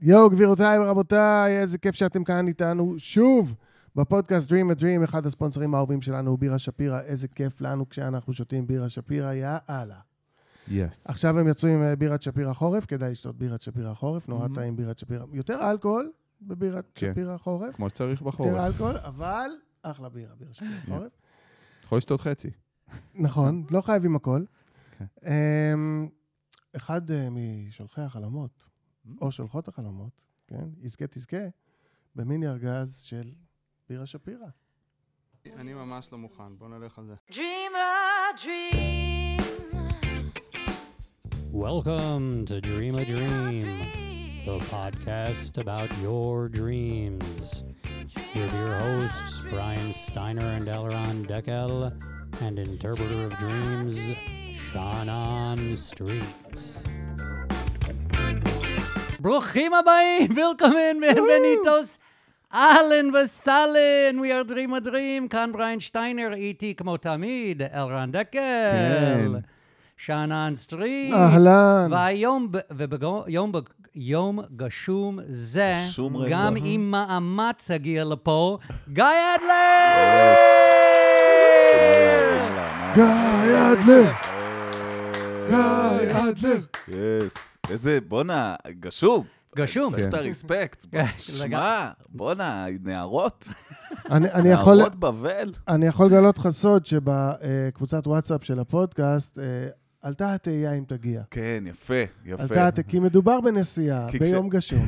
יואו, גבירותיי ורבותיי, איזה כיף שאתם כאן איתנו שוב בפודקאסט Dream a Dream, אחד הספונסרים האהובים שלנו הוא בירה שפירא, איזה כיף לנו כשאנחנו שותים בירה שפירא, יאללה. יס. עכשיו הם יצאו עם אה, בירת שפירא חורף, כדאי לשתות בירת שפירא חורף, נורא Mhm. טעים בירת שפירא. יותר אלכוהול בבירת כן. שפירא חורף, כמו שצריך בחורף. יותר אלכוהול, אבל אחלה בירה, בירה שפירא כן. חורף. יכול לשתות חצי. נכון, לא חייבים הכל. אוקיי. כן. אמ, אחד אה, משולחי החלומות, Mm-hmm. Mm. או שולחות החלומות, כן, יזכה תזכה, במיני ארגז של בירה שפירא. אני ממש לא מוכן, בוא נלך על זה. Dream a dream. Welcome to Dream a Dream, dream. the podcast about your dreams. With your hosts, Brian Steiner and Elron Deckel, and interpreter of dreams, Shannon Streets. ברוכים הבאים, וילקומן, בניטוס, אהלן וסהלן, We are dream a dream, כאן בריין שטיינר, איתי כמו תמיד, אלרן כן. דקל, שאנן סטריט, Ah, אהלן. נכון. והיום, ב- ובגו- יום בג- יום גשום זה, גשום רצח. גם עם מאמץ הגיע לפה, גיא אדלר! גיא אדלר! גיא אדלר! יס. אה, איזה, בואנה, גשום. גשום. צריך את כן. הרספקט. כן, שמע, בואנה, נערות. אני- אני יכול- נערות בבל. אני יכול לגלות לך סוד שבקבוצת וואטסאפ של הפודקאסט, אה, עלתה התהייה אם תגיע. כן, יפה, יפה. עלתה התהייה, כי מדובר בנסיעה, כי כש- ביום גשום.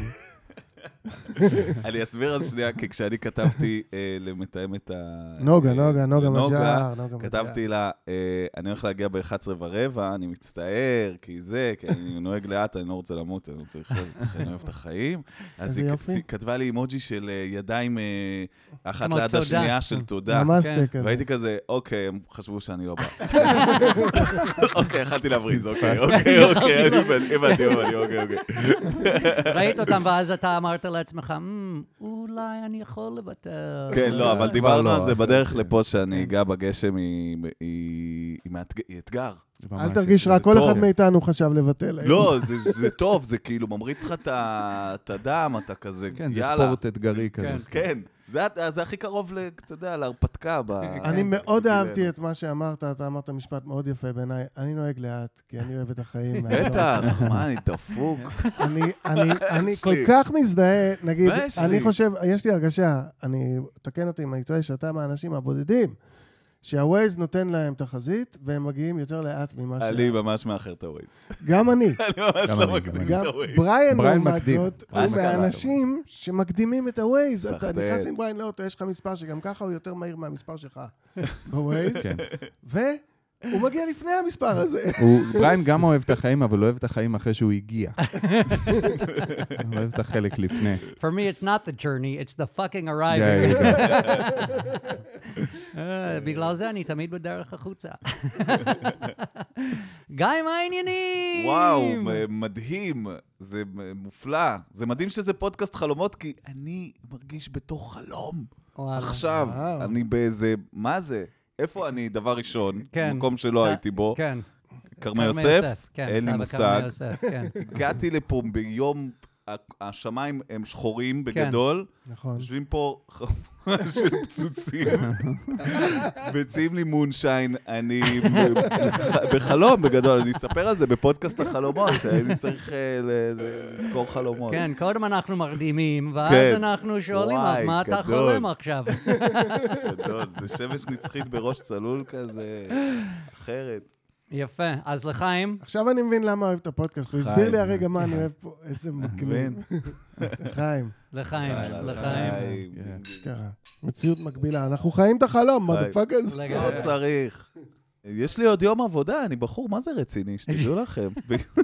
אני אסביר אז שנייה, כי כשאני כתבתי אה, למתאמת ה... נוגה, אה, נוגה, נוגה מג'אר, נוגה מג'אר. כתבתי לה, אה, אני הולך להגיע ב-11 ורבע, אני מצטער, כי זה, כי אני נוהג לאט, אני לא רוצה למות, אני רוצה לחיות, אני אוהב את החיים. אז איזה היא יופי. היא כתבה לי אימוג'י של אה, ידיים אה, אחת כמו ליד תודה. השנייה של תודה. נמסטה כן. כזה. והייתי כזה, אוקיי, הם חשבו שאני לא בא. אוקיי, יכלתי להבריז, אוקיי, אוקיי, אוקיי, אני הבנ- הבנתי, הבנתי, אוקיי, אוקיי. ראית אותם, ואז אתה אמרת לעצמך, "מ, אולי אני יכול לוותר. כן, לא, אבל לא, אה. דיברנו על זה אבל- בדרך לפה, שהנהיגה בגשם היא- היא היא מאתג- היא אתגר. אל תרגיש רע, זה כל טוב. אחד מאיתנו חשב לבטל. לא, זה- זה טוב, זה כאילו ממריץ לך את ה- את הדם, אתה כזה, כן, זה יאללה. ספורט אתגרי כזה. כן, זה ה- זה הכי קרוב, ל- אתה יודע, להרפתקה. ב- כן, כן, אני מאוד בגילנו. אהבתי את מה שאמרת, אתה אמרת משפט מאוד יפה בעיניי, אני נוהג לאט, כי אני אוהב את החיים. ואני לא רוצה- בטח, מה, אני דפוק. אני- אני אני יש כל לי. כך מזדהה, נגיד, מה יש אני לי? חושב, יש לי הרגשה, אני, תקן אותי אם אני טועה, שאתה מהאנשים הבודדים, שהווייז נותן להם תחזית, והם מגיעים יותר לאט ממה ש... אני ממש מאחר את הווייד. גם אני. אני ממש לא. גם לא אני, גם מקדים אני. גם את הווייד. בריין, בריין לעומת מקדים. זאת, בריין הוא מקדים. מהאנשים שמקדימים את הווייז. אתה סחטן. נכנס עם בריין לאוטו, יש לך מספר שגם ככה הוא יותר מהיר מהמספר שלך בווייז, כן. והוא מגיע לפני המספר הזה. הוא- בריין גם אוהב את החיים, אבל אוהב את החיים אחרי שהוא הגיע. הוא אוהב את החלק לפני. For me, it's not the journey, it's the fucking יא, arrival. יא, יא. אה, בגלל זה אני תמיד בדרך החוצה. גיא, מה העניינים? וואו, מ- מדהים, זה מ- מופלא. זה מדהים שזה פודקאסט חלומות, כי אני מרגיש בתור חלום. וואלה. עכשיו, וואו. אני באיזה, מה זה? איפה אני, דבר ראשון, כן. מקום שלא אתה- לא הייתי בו, כן. כרמי יוסף, כן, אין לי אתה מושג. בכרמי יוסף, כן. הגעתי לפה ביום, ה- השמיים הם כן. שחורים בגדול, נכון. יושבים פה חבורה של פצוצים, מציעים לי מונשיין, אני בח- בחלום בגדול, אני אספר על זה בפודקאסט החלומות, שאני צריך אה, ל- ל- לזכור חלומות. כן, קודם אנחנו מרדימים, ואז כן. אנחנו שואלים, וואי, "אז מה אתה גדול." חולם עכשיו? גדול, זה שמש נצחית בראש צלול כזה, אחרת. יפה, אז לחיים, עכשיו אני מבין למה אוהב את הפודקאסט, הוא חיים. הסביר לי הרגע מה אני אוהב פה, איזה מגבין. מבין? חיים, לחיים, לחיים. כן. אשכרה. מציאות מקבילה, אנחנו חיים את החלום, חיים. מודפאקרס. לגמרי. לא צריך. יש לי עוד יום עבודה, אני בחור, מה זה רציני, שתדעו לכם.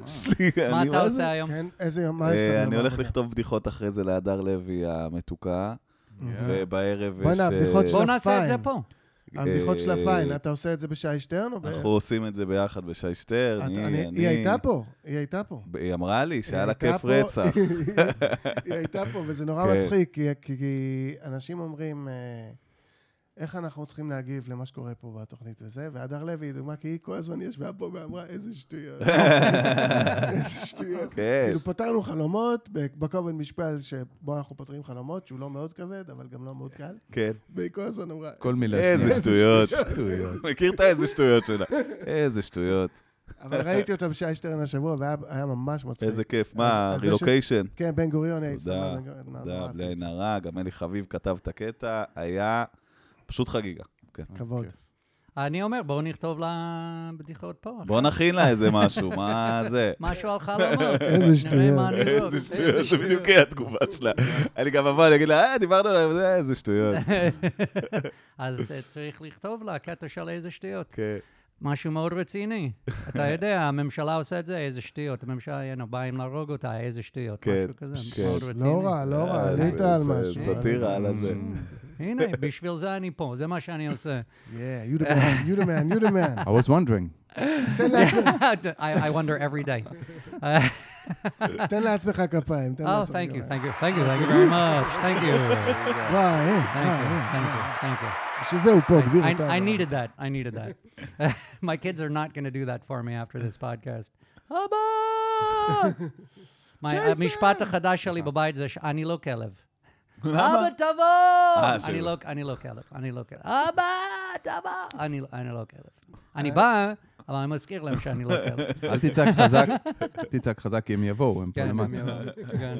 יש לי, מה אני- אתה זה? עושה היום? כן, איזה יום, מה יש לך? אה, אני ביום הולך העבודה? לכתוב בדיחות אחרי זה להדר לוי המתוקה, כן. אוקיי. ובערב יש... בוא'נה, הבדיחות אה, שלך בואו נעשה את זה פיין. פה. הבדיחות של אה, הפיין, אתה עושה את זה בשי שטרן או ב... אנחנו עושים את זה ביחד בשי שטרן. אתה- היא- אני- אני- היא הייתה פה, היא הייתה פה. היא אמרה לי שהיה לה הייתה כיף פה- רצח. היא הייתה פה, וזה נורא כן. מצחיק, כי- כי כי אנשים אומרים, אה, איך אנחנו צריכים להגיב למה שקורה פה בתוכנית וזה, והדר לוי היא דוגמה, כי היא כל הזמן ישבה פה ואמרה, איזה שטויות. איזה שטויות. כן. כאילו, פתרנו חלומות בכובד משפל שבו אנחנו פותרים חלומות, שהוא לא מאוד כבד, אבל גם לא מאוד קל, כן. והיא כל הזמן אמרה, כל מילה איזה שנייה. שטויות. מכיר את האיזה שטויות שלה? איזה שטויות. אבל ראיתי אותה בשי שטרן השבוע, והיה היה ממש מצחיק. איזה כיף. אז- מה, אז זה רילוקיישן? כן, בן גוריון היה תודה, בן גוריון, תודה, נורא, בלי עין הרע, גם אלי חביב כתב את הקטע, היה פשוט חגיגה. כן. כבוד. אני אומר, בואו נכתוב לה בדיחות פה. אחי. בוא נכין לה איזה משהו, מה זה? משהו על חלומות. איזה שטויות. איזה שטויות, זה בדיוק התגובה שלה. אני גם אבוא, אני אגיד לה, אה, דיברנו עליו, זה איזה שטויות. אז אה, צריך לכתוב לה קטע של איזה שטויות. כן. משהו מאוד רציני. אתה יודע, הממשלה עושה את זה, איזה שטויות. הממשלה, יאנו, באים להרוג אותה, איזה שטויות. כן, משהו כזה, כן. מאוד רציני. לא רע, לא רע, עלית זה- על אה, זה משהו. סאטירה על הזה. הנה, בשביל זה אני פה, זה מה שאני עושה. Yeah, you the man, you the man, you the man. I was wondering. תן לעצמך- I I wonder every day. תן לעצמך כפיים, תן Oh, לעצמך thank you, כפיים. thank you, thank you, thank you very much. Thank you. וואי, אה, Thank you, וואי, thank you, thank you. אה. שזהו פה, גביר I, אותנו. I needed that. I needed that. My kids are not going to do that for me after this podcast. אבא! My- המשפט החדש שלי בבית זה שאני לא כלב. אבא אה, תבוא! שלא. אני לא- אני לא כלב, אני לא כלב. אבא תבוא! אני לא- אני לא כלב. אני בא, אבל אני מזכיר להם שאני לא כלב. אל תצעק חזק, תצעק חזק כי הם יבואו, הם פה כן, למטה. כן.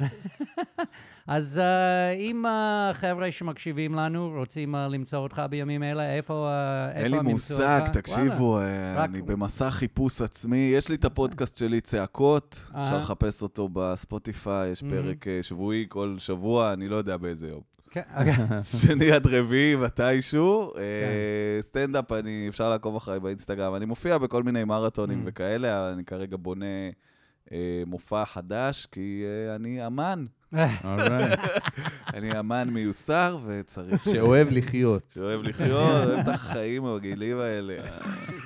אז אה, אם החבר'ה שמקשיבים לנו רוצים אה, למצוא אותך בימים אלה, איפה אה, איפה אין הם לי ימצאו מושג, אותך? תקשיבו, אה, רק- אני במסע חיפוש עצמי. יש לי את הפודקאסט שלי, צעקות, אה. אפשר לחפש אותו בספוטיפיי, יש פרק אה, שבועי כל שבוע, אני לא יודע באיזה יום. כן, אוקיי. שני עד רביעי, מתישהו. אה, סטנדאפ, אני, אפשר לעקוב אחריי באינסטגרם. אני מופיע בכל מיני מרתונים Mm. וכאלה, אני כרגע בונה אה, מופע חדש, כי אה, אני אמן. Alright. אני אמן מיוסר, וצריך... שאוהב לחיות. שאוהב לחיות, אוהב את החיים הרגילים האלה.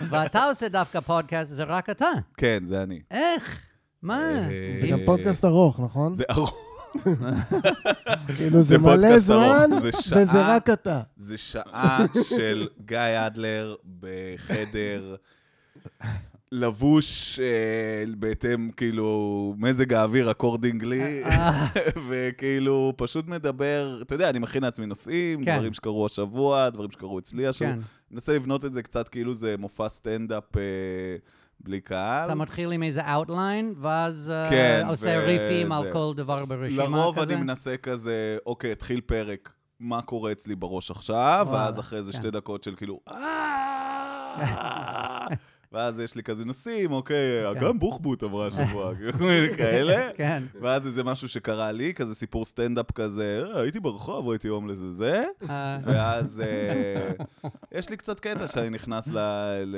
ואתה עושה דווקא פודקאסט, זה רק אתה. כן, זה אני. איך? מה? אה, זה גם אה, פודקאסט ארוך, נכון? זה ארוך. כאילו, זה זה מלא פודקאסט זמן, ארוך, זה שעה. וזה רק אתה. זה שעה של גיא אדלר בחדר לבוש אה, בהתאם, כאילו, מזג האוויר אקורדינגלי, וכאילו, פשוט מדבר, אתה יודע, אני מכין לעצמי נושאים, כן. דברים שקרו השבוע, דברים שקרו אצלי השבוע. כן. מנסה לבנות את זה קצת כאילו זה מופע סטנדאפ אה, בלי קהל. אתה מתחיל עם איזה אאוטליין, ואז אה, כן, עושה וזה- ריפים על כל דבר ברשימה כזה? לרוב אני מנסה כזה, אוקיי, התחיל פרק, מה קורה אצלי בראש עכשיו, וואלה, ואז אחרי איזה כן. שתי דקות של כאילו, "אה!" ואז יש לי כזה נושאים, אוקיי, כן. גם בוחבוט עברה השבוע, כל מיני כאלה. כן. ואז איזה משהו שקרה לי, כזה סיפור סטנדאפ כזה, "אה, הייתי ברחוב, ראיתי הומלס וזה, אה, ואז אה, יש לי קצת קטע שאני נכנס ל- ל-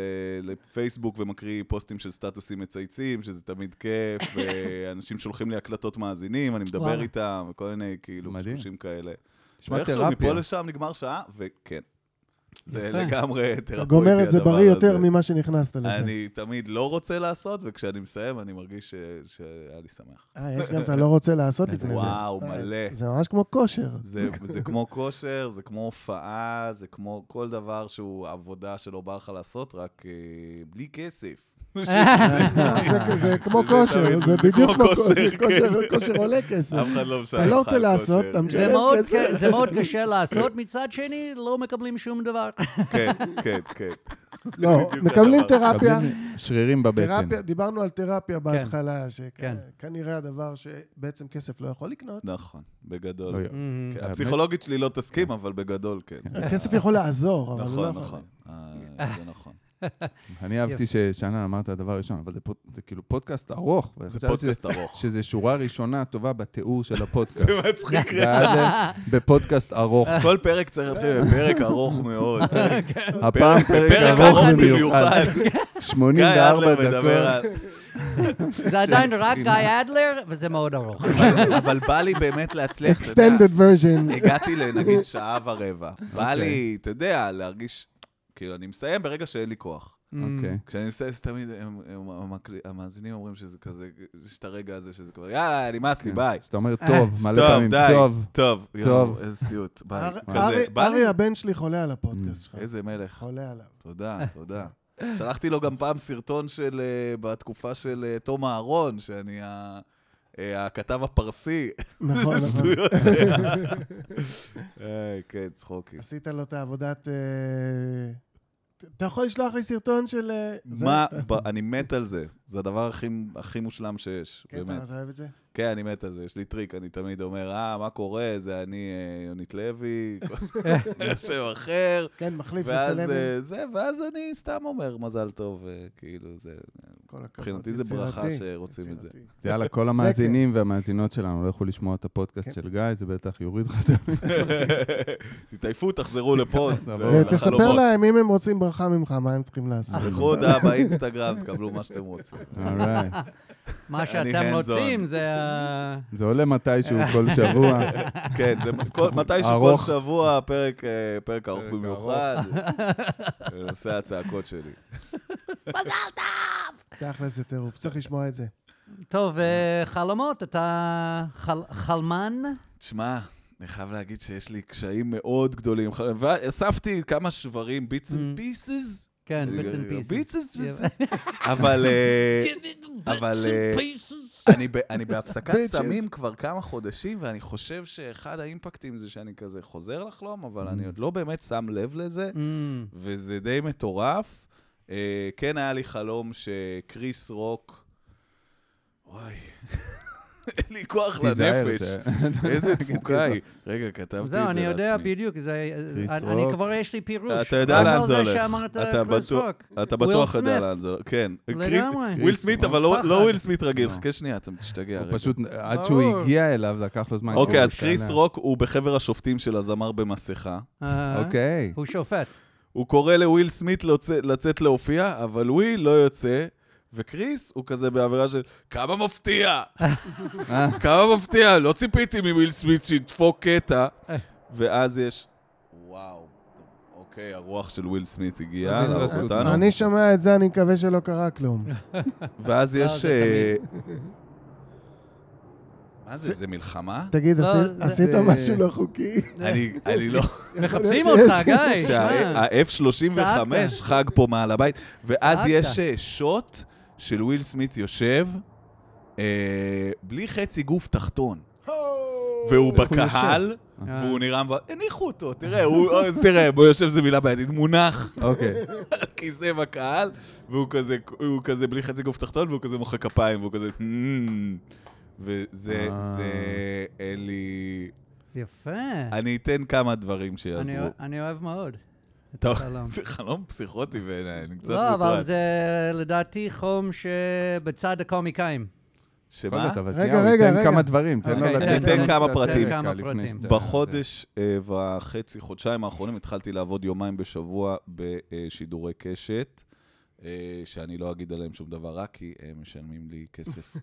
לפייסבוק ומקריא פוסטים של סטטוסים מצייצים, שזה תמיד כיף, ואנשים שולחים לי הקלטות מאזינים, אני מדבר וואלה. איתם, וכל מיני כאילו מדהים. חשושים כאלה. נשמע ואיכשהו תרפיה. מפה לשם נגמר שעה, וכן. זה יפה. לגמרי אתה תרפויטי הדבר הזה. גומר את זה בריא יותר ממה שנכנסת לזה. אני תמיד לא רוצה לעשות, וכשאני מסיים אני מרגיש ש- שהיה לי שמח. אה, יש גם אתה לא רוצה לעשות לפני זה. וואו, אה, מלא. זה ממש כמו כושר. זה, זה כמו כושר, זה כמו הופעה, זה כמו כל דבר שהוא עבודה שלא בא לך לעשות, רק אה, בלי כסף. זה- זה כמו זה כושר, תמיד- זה זה בדיוק כמו כמו כושר, כן. כושר, כושר- כושר עולה כסף. אף אחד לא משלם אתה לא לך רוצה על לעשות, כושר. אתה משלם זה מאוד כסף. ק- זה מאוד קשה לעשות, מצד שני, לא מקבלים שום דבר. כן, כן, כן. לא, בדיוק מקבלים הדבר. תרפיה. מקבלים שרירים בבטן. כן. תרפיה, דיברנו על תרפיה בהתחלה, כן. שכנראה הדבר שבעצם כסף לא יכול לקנות. נכון, בגדול. לא, Mhm. כן, הפסיכולוגית שלי לא תסכים, אבל בגדול כן. כסף יכול לעזור, אבל הוא לא נכון, יכול. נכון. אה, זה נכון. אני אהבתי ששאנן אמרת הדבר הראשון, אבל זה פוד- זה כאילו פודקאסט ארוך. זה וחשבתי פודקאסט שזה- ארוך. שזה שורה ראשונה טובה בתיאור של הפודקאסט. זה מצחיק. ואז, אה, בפודקאסט ארוך. כל פרק צריך להתחיל בפרק ארוך מאוד. הפעם פרק פרק ארוך ארוך במיוחד. במיוחד. גיא 84 אדלר מדבר דקות. על... כן, זה עדיין רק גיא אדלר, וזה מאוד ארוך. אבל- אבל בא לי באמת להצליח, אתה יודע. Extended version. הגעתי אוקיי. לנגיד שעה ורבע. בא לי, אתה יודע, להרגיש, כאילו, אני מסיים ברגע שאין לי כוח. Mm. אוקיי. כשאני מסייס תמיד, הם- הם- המקל- המאזינים אומרים שזה כזה, יש את הרגע הזה שזה כבר, יאללה, נמאס לי, כן. ביי. אז אתה אומר, טוב, מלא טוב, פעמים, די, טוב. טוב, טוב. יואו, איזה סיוט, ביי. אר- אה, כזה, ארי- בא לי- ארי הבן שלי חולה על הפודקאסט שלך. איזה מלך. חולה עליו. תודה, תודה. שלחתי לו גם פעם סרטון של, אה, בתקופה של אה, תום אהרון, שאני ה- אה, הכתב הפרסי. נכון, נכון. שטויות. אה, כן, צחוקים. עשית לו את העבודת... אה, ת- אתה יכול לשלוח לי סרטון של... אה, זה? מה, אתה- ב- אני מת על זה. זה הדבר הכי- הכי מושלם שיש, כן, באמת. אתה אתה אוהב את זה? כן, אני מת על זה, יש לי טריק, אני תמיד אומר, אה, מה קורה, זה אני, אה, יונית לוי, שם אחר, כן, מחליף ואז לסלם. אה, זה, ואז אני סתם אומר, מזל טוב, אה, כאילו, זה, כל הכבוד. מבחינתי זה ברכה יצירתי, שרוצים את זה. כן. יצירתי. יאללה, כל המאזינים והמאזינות שלנו לא יכלו לשמוע את הפודקאסט של גיא, זה בטח יוריד לך את ה... תתעייפו, תחזרו לפה, זה נעבור ותספר לחלומות. אה, להם אם הם רוצים ברכה ממך, מה הם צריכים לעשות. תלכו הודעה באינסטגרם, תקבלו מה שאתם רוצים. אולי. מה שאתם hands on. רוצים זה אה, ה... זה עולה מתישהו כל שבוע. כן, זה כל- מתישהו כל ארוך. שבוע, פרק, אה, פרק ארוך פרק ארוך. במיוחד, בנושא הצעקות שלי. אה. תכל'ס זה טירוף, צריך לשמוע את זה. טוב, אה, חלומות, אתה חל- חלמן? תשמע, אני חייב להגיד שיש לי קשיים מאוד גדולים. ח- ואספתי כמה שברים, ביטס אנד פיסס. כן, bits Mm. and pieces. ביטס אנד פיסס. אבל... אה, אבל... אה, אני ב- אני בהפסקת Bitches. סמים כבר כמה חודשים, ואני חושב שאחד האימפקטים זה שאני כזה חוזר לחלום, אבל אני עוד לא באמת שם לב לזה, Mm. וזה די מטורף. אה, כן היה לי חלום שקריס רוק... וואי, אין לי כוח תיזהר, לנפש. זה- איזה תפוקה היא. רגע, כתבתי את זה זהו, לעצמי. אני יודע בדיוק, זה... קריס אני- אני רוק. כבר יש לי פירוש. אתה יודע לאן זה רק על הולך. זה שאמרת אתה קריס בטוח- רוק. אתה וויל בטוח יודע סמית. לאן זה... כן. לגמרי. וויל סמית, אבל לא פחד. לא וויל סמית רגיל. לא. חכה שנייה, אתה תשתגע הוא רגע. פשוט, עד שהוא ברור. הגיע אליו, לקח לו זמן. כי אוקיי, הוא אז קריס השתנה. רוק הוא בחבר השופטים של הזמר במסכה. אהה. אוקיי. אה, הוא שופט. הוא קורא לוויל סמית להוצא- לצאת להופיע, אבל וויל לא יוצא. וקריס הוא כזה באווירה של כמה מפתיע, כמה מפתיע, לא ציפיתי מוויל סמית שידפוק קטע. ואז יש, וואו, אוקיי, הרוח של וויל סמית הגיעה, אז להרוג התרסקות. אותנו. אני שומע את זה, אני מקווה שלא קרה כלום. אה. ואז לא, יש... זה אה, מה זה, זה מלחמה? תגיד, לא, עשית- זה- עשית אה. זה- משהו לא חוקי? אני אני לא... מחפשים להיות אותך, שיש- גיא. שמע. שה-F-35 צעקת. חג פה מעל הבית, ואז צעקת. יש אה, שוט של וויל סמית יושב אה, בלי חצי גוף תחתון, והוא איך הוא בקהל, אה. והוא נראה... מבוא- הניחו אותו, תראה, הוא אה, אז תראה, הוא יושב, זה מילה בעייתית, מונח אוקיי. על כיסא בקהל, והוא כזה- הוא כזה בלי חצי גוף תחתון, והוא כזה מוחא כפיים, והוא כזה... "מ-מ-מ". וזה, אה. זה, אין לי... יפה. אני אתן כמה דברים אני שיעזרו. אוה- אני אוהב מאוד. את טוב, החלום. זה חלום פסיכוטי בעיניי, אני קצת לא, אבל מוטרד. זה לדעתי חום שבצד הקומיקאים. בכל שמה? זאת, אבל רגע, שנייה, הוא רגע, ייתן רגע. כמה דברים, תן לו אוקיי, לתת תן לנו כמה קצת פרטים. רקע כמה לפני פרטים. שאתה- בחודש אה, וחצי, חודשיים האחרונים, התחלתי לעבוד יומיים בשבוע בשידורי קשת, אה, שאני לא אגיד עליהם שום דבר רע, כי הם משלמים לי כסף.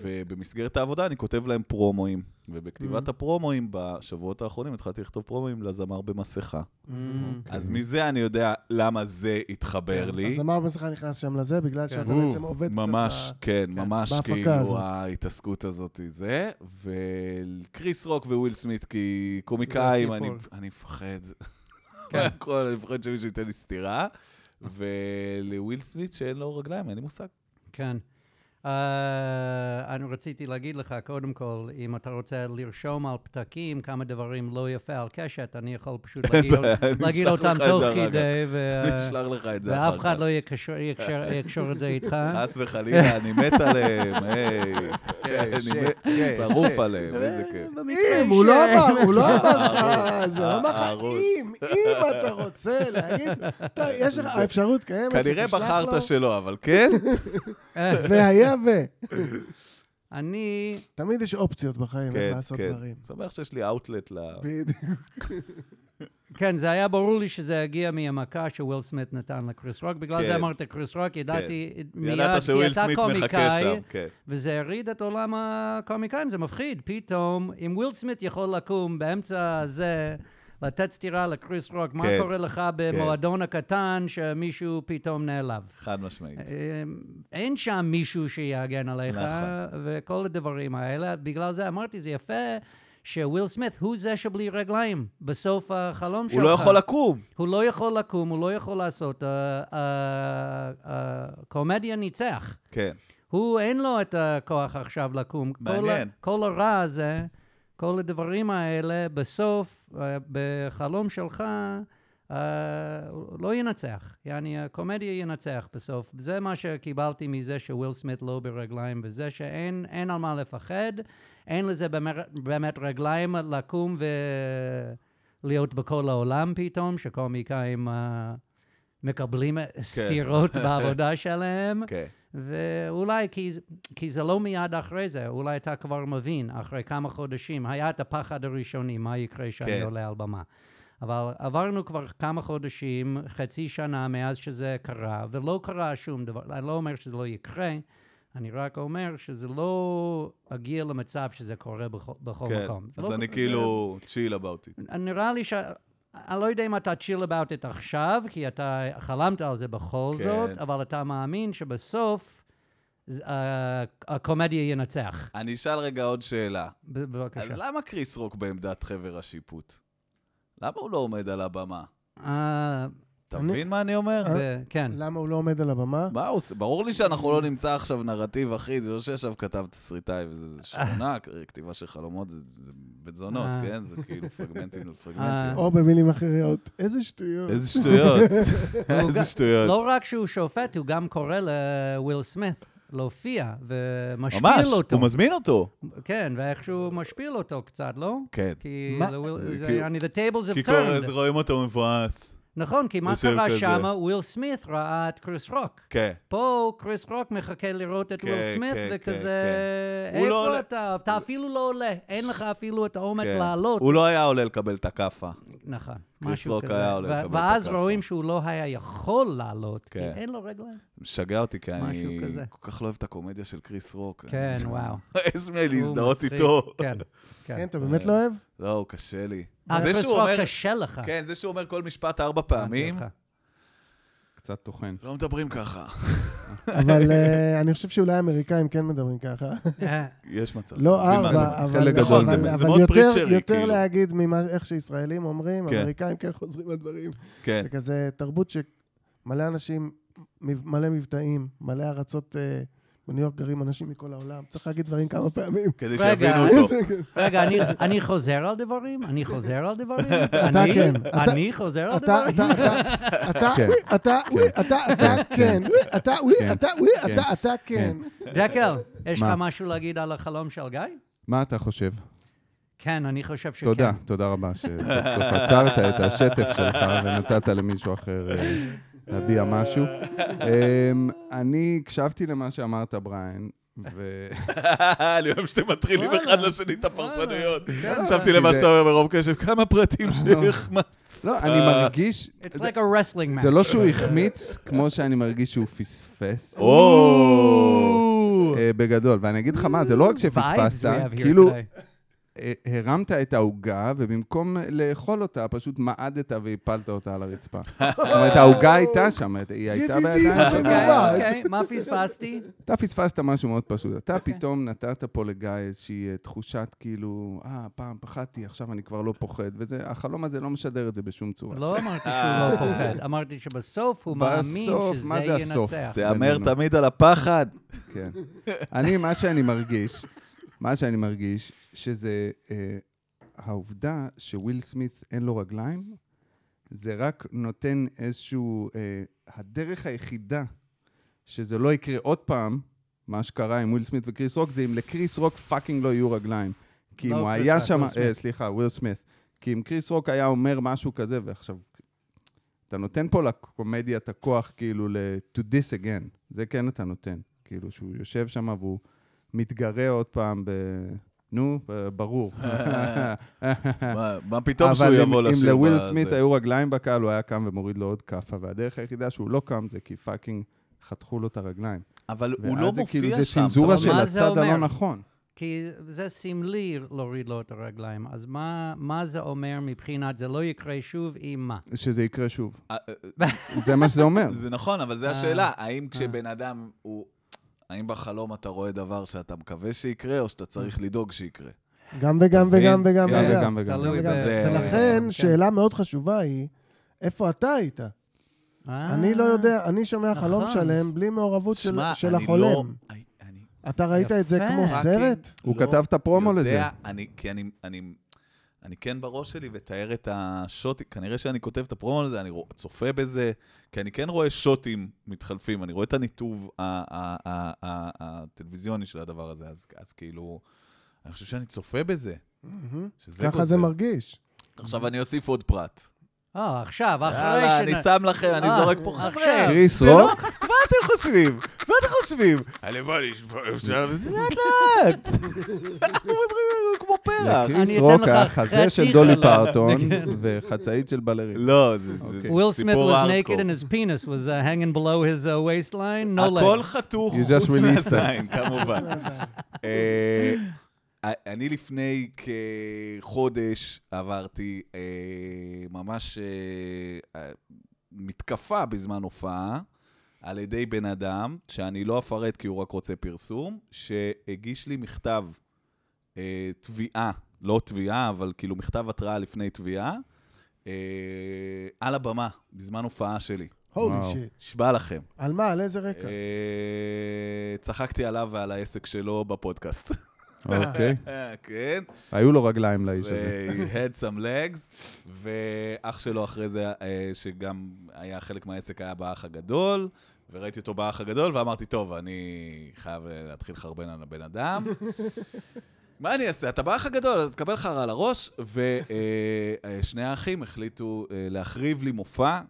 ובמסגרת העבודה אני כותב להם פרומואים. ובכתיבת Mm. הפרומואים בשבועות האחרונים התחלתי לכתוב פרומואים לזמר במסכה. אוקיי. אז מזה אני יודע למה זה כן, התחבר לי. כן. אז אמר מסכה נכנס שם לזה, בגלל שאתה הוא בעצם עובד קצת... ממש, ב- כן, ממש בהפקה הזאת. כאילו ההתעסקות הזאת היא זה, וקריס רוק וויל סמית כי קומיקאים, זה אני- הסיפור. אני מפחד. כן. הכל, אני מפחד שמישהו ייתן לי סטירה. ולוויל סמית שאין לו רגליים, אין לי מושג. כן. Uh, אני רציתי להגיד לך, קודם כל, אם אתה רוצה לרשום על פתקים כמה דברים לא יפה על קשת, אני יכול פשוט להגיד, בעיה, אני להגיד אשלח אותם לך את תוך זה אחר כדי, ו... אני אשלח לך את זה אחר אה, ואף אחד כך. לא אה? כן. יקשור, יקשר, יקשור את זה איתך. חס וחלילה, אני מת עליהם, היי. כן, כן, אני מת- שרוף עליהם, איזה אה, כיף. אם, הוא לא אמר, הוא לא אמר לך, הערוץ, זה לא אמר לך, הערוץ. אם, אם אתה רוצה להגיד, אתה, יש לך, האפשרות קיימת כנראה שתשלח לו, בחרת שלא, אבל כן? והיה ו... אני, תמיד יש אופציות בחיים, כן, איך לעשות כן. דברים. שמח שיש לי אאוטלט ל... בדיוק. כן, זה היה ברור לי שזה יגיע מהמכה שוויל סמית נתן לקריס רוק. בגלל כן. זה אמרת קריס רוק, ידעתי מיד, ידעת כי שוויל אתה סמית מחכה קומיקאי, שם, כן. וזה הרעיד את עולם הקומיקאים, זה מפחיד. פתאום, אם וויל סמית יכול לקום באמצע הזה, לתת סטירה לקריס רוק, מה כן, קורה לך במועדון הקטן שמישהו פתאום נעלב? חד משמעית. אמ, אין שם מישהו שיגן עליך, נכון. וכל הדברים האלה. בגלל זה אמרתי, זה יפה שוויל סמית הוא זה שבלי רגליים בסוף החלום שלך. הוא לא יכול לקום. הוא לא יכול לקום, הוא לא יכול לעשות. אה, אה, אה, קומדיה ניצח. כן. הוא, אין לו את הכוח עכשיו לקום. כל ה- מעניין. כל הרע הזה, כל הדברים האלה, בסוף, אה, בחלום שלך, אה, הוא לא ינצח. יעני, הקומדיה ינצח בסוף. זה מה שקיבלתי מזה שוויל סמית לא ברגליים, וזה שאין אין על מה לפחד, אין לזה באמת, באמת רגליים לקום ולהיות בכל העולם פתאום, שקומיקאים אה, מקבלים סטירות בעבודה שלהם. כן. ואולי כי, זה- כי זה לא מיד אחרי זה, אולי אתה כבר מבין, אחרי כמה חודשים, היה את הפחד הראשוני, מה יקרה שאני כן. כן. עולה על במה. אבל עברנו כבר כמה חודשים, חצי שנה מאז שזה קרה, ולא קרה שום דבר. אני לא אומר שזה לא יקרה, אני רק אומר שזה לא הגיע למצב שזה קורה בכ- בכל כן. מקום. זה אז לא- אני זה- כאילו chill about it. נראה לי ש... אני לא יודע אם אתה chill about it עכשיו, כי אתה חלמת על זה בכל כן. זאת, אבל אתה מאמין שבסוף ז- ה- הקומדיה ינצח. אני אשאל רגע עוד שאלה. ב- בבקשה. אז למה קריס רוק בעמדת חבר השיפוט? למה הוא לא עומד על הבמה? אה, אתה אני- מבין מה אני אומר? ב- כן. למה הוא אה, לא עומד על הבמה? מה הוא עושה? ברור לי שאנחנו לא נמצא עכשיו נרטיב, אחי, זה לא שישב כתב תסריטאי, וזה זה שכונה, כתיבה של חלומות, זה זה בית זונות, אה. כן? זה כאילו פרגמנטים אה. לפרגמנטים. או במילים אחרות, איזה שטויות. איזה שטויות, איזה שטויות. לא רק שהוא שופט, הוא גם קורא לוויל סמית להופיע, ממש, ומשפיל אותו. הוא מזמין אותו. כן, ואיכשהו משפיל אותו קצת, לא? כן. כי מה? לוויל- זה זה- כאילו- יעני, the tables כי have כבר אז turned. רואים אותו מבואס. נכון, כי מה יושב קרה כזה. שמה? וויל סמית ראה את קריס רוק. כן. פה קריס רוק מחכה לראות את כן, וויל סמית, כן, וכזה, כן, כן. הוא לא איפה עולה." אתה? אתה אפילו לא עולה, אין לך אפילו את האומץ כן. לעלות. הוא לא היה עולה לקבל את הכאפה. נכון, קריס משהו רוק כזה. היה עולה ו- לקבל את ואז הכאפה. רואים שהוא לא היה יכול לעלות, כי כן. אין לו רגליים. משגע אותי, כי משהו אני כזה. כל כך לא אוהב את הקומדיה של קריס רוק. כן, וואו. איזה מי הוא להזדהות מצחיק. איתו. כן, כן, כן. אתה באמת לא אוהב? לא, הוא קשה לי. אז זה קריס שהוא רוק אומר, קשה לך. כן, זה שהוא אומר כל משפט ארבע פעמים, אמרתי לך. קצת טוחן. לא מדברים ככה. אבל אה, אני חושב שאולי האמריקאים כן מדברים ככה. אה, יש מצב. לא בלי מה ארבע, לדבר. אבל... חלק גדול זה- אבל- זה אבל מאוד יותר- פריצ'רי, יותר כאילו. להגיד מאיך שישראלים אומרים, כן. האמריקאים כן חוזרים על דברים. כן, זה כזה תרבות שמלא אנשים, מב- מלא מבטאים, מלא ארצות... אה, בניו יורק גרים אנשים מכל העולם. צריך להגיד דברים כמה פעמים. כדי רגע, שיבינו אותו. רגע, אני- אני חוזר על דברים? אני חוזר על דברים? אני- כן, אתה- אני חוזר על אתה, דברים? אתה, אתה, אתה, כן. וואי, אתה, וואי, אתה, אתה, כן, וואי, אתה, וואי, כן. אתה, וואי, כן. אתה, אתה, כן. דקל, יש לך מה? משהו להגיד על החלום של גיא? מה אתה חושב? כן, אני חושב שכן. תודה, תודה רבה שסוף סוף עצרת את השטף שלך ונתת למישהו אחר אה, להביע משהו. אמ, אני הקשבתי למה שאמרת, בריין, ו... אני אוהב שאתם מטרילים וואלה. אחד לשני את הפרשנויות. כן. אה, חשבתי למה זה- שאתה אומר ברוב קשב, כמה פרטים שהחמצת. לא, אני מרגיש... It's זה- like a wrestling match. זה לא שהוא החמיץ, כמו שאני מרגיש שהוא פספס. או! אה, בגדול, ואני אגיד לך מה, זה לא רק Vibes we שפספסת, have here כאילו today. אה, הרמת את העוגה, ובמקום לאכול אותה, פשוט מעדת והפלת אותה על הרצפה. זאת אומרת, העוגה הייתה שם, היא הייתה ידידי, בידיים שלך. אבל- אוקיי, נורא. כן. אוקיי, מה פספסתי? אתה פספסת משהו מאוד פשוט. אתה פתאום נתת פה לגיא איזושהי אה, תחושת כאילו, אה, פעם פחדתי, עכשיו אני כבר לא פוחד, והחלום הזה לא משדר את זה בשום צורה. לא אמרתי שהוא לא פוחד, אמרתי שבסוף הוא מאמין אה. בסוף, שזה מה זה הסוף? ינצח. תהמר תמיד על הפחד. כן. אני, מה שאני מרגיש, מה שאני מרגיש, שזה אה, העובדה שוויל סמית אין לו רגליים, זה רק נותן איזשהו... אה, הדרך היחידה שזה לא יקרה עוד פעם, מה שקרה עם וויל סמית וקריס רוק, זה אם לקריס רוק פאקינג לא יהיו רגליים. כי אם לא הוא קריס היה רוק, שם... וויל אה, סמית. סליחה, וויל סמית. כי אם קריס רוק היה אומר משהו כזה, ועכשיו... אתה נותן פה לקומדיה את הכוח, כאילו, ל- to this again. זה כן אתה נותן. כאילו, שהוא יושב שם והוא מתגרה עוד פעם ב... נו, ב- ברור. מה- מה פתאום אה. שהוא יבוא אבל אם- אם לשיר לוויל בזה? סמית היו רגליים בקהל, הוא היה קם ומוריד לו עוד כאפה, והדרך היחידה שהוא לא קם זה כי פאקינג חתכו לו את הרגליים. אבל הוא ואז לא זה כאילו מופיע זה שם. צנזורה אתה לא של מה זה הצד הלא אומר? נכון. כי זה סמלי להוריד לו את הרגליים. אז מה, מה זה אומר מבחינת זה לא יקרה שוב עם מה? שזה יקרה שוב. אה, אה, זה מה שזה אומר. זה נכון, אבל אה. זו השאלה, האם כשבן אדם הוא... האם בחלום אתה רואה דבר שאתה מקווה שיקרה, או שאתה אה. צריך לדאוג שיקרה? כן. גם וגם וגם מבין? וגם גם וגם. וגם וגם. תלוי וגם. ב- זה- ולכן, כן. שאלה מאוד חשובה היא, איפה אתה היית? אה, אני לא יודע, אני שומע חלום נכון. שלם בלי מעורבות של- שמע, של אני לא... החולם. אני- אני אתה ראית את זה יפה. כמו פאקינג סרט? הוא לא כתב את הפרומו יודע, לזה. אני, כי אני, אני, אני כן בראש שלי מתאר את השוטים, כנראה שאני כותב את הפרומו לזה, אני רוא- צופה בזה, כי אני כן רואה שוטים מתחלפים, אני רואה את הניתוב ה- ה- ה- ה- הטלוויזיוני של הדבר הזה, אז, אז כאילו, אני חושב שאני צופה בזה, שזה ככה גוזר. זה מרגיש. עכשיו אני אוסיף עוד פרט. אה, עכשיו, אחרי יאללה, שנ- אני שם לכם, אני אה, זורק פה עכשיו. חבר. קריס רוק? מה אתם חושבים? מה אתם חושבים? הלוואי, יש- אפשר... לאט לאט. אנחנו מתחילים כמו פרח. אני לקריס אתן רוק לך היה חזה חצי של דולי חלום. פרטון וחצאית של בלרין. לא, זה אוקיי. זה- זה Will Smith סיפור was הארדקור. naked and his penis was uh, hanging below his uh, waistline. No הכל legs. חתוך You just חוץ released us. מהזין, כמובן. אה, אני לפני כחודש עברתי אה, ממש אה, אה, מתקפה בזמן הופעה על ידי בן אדם, שאני לא אפרט כי הוא רק רוצה פרסום, שהגיש לי מכתב אה, תביעה, לא תביעה, אבל כאילו מכתב התראה לפני תביעה, אה, על הבמה, בזמן הופעה שלי. הולי וואו. שיט. נשבע לכם. על מה? על איזה רקע? אה, צחקתי עליו ועל העסק שלו בפודקאסט. אוקיי. כן, היו לו רגליים לאיש הזה. he had some legs, ואח שלו אחרי זה, אה, שגם היה חלק מהעסק, היה באח הגדול, וראיתי אותו באח הגדול, ואמרתי, טוב, אני חייב אה, להתחיל לחרבן על הבן אדם. מה אני אעשה? אתה באח הגדול, אז תקבל חרא על הראש, ושני האחים החליטו אה, להחריב לי מופע.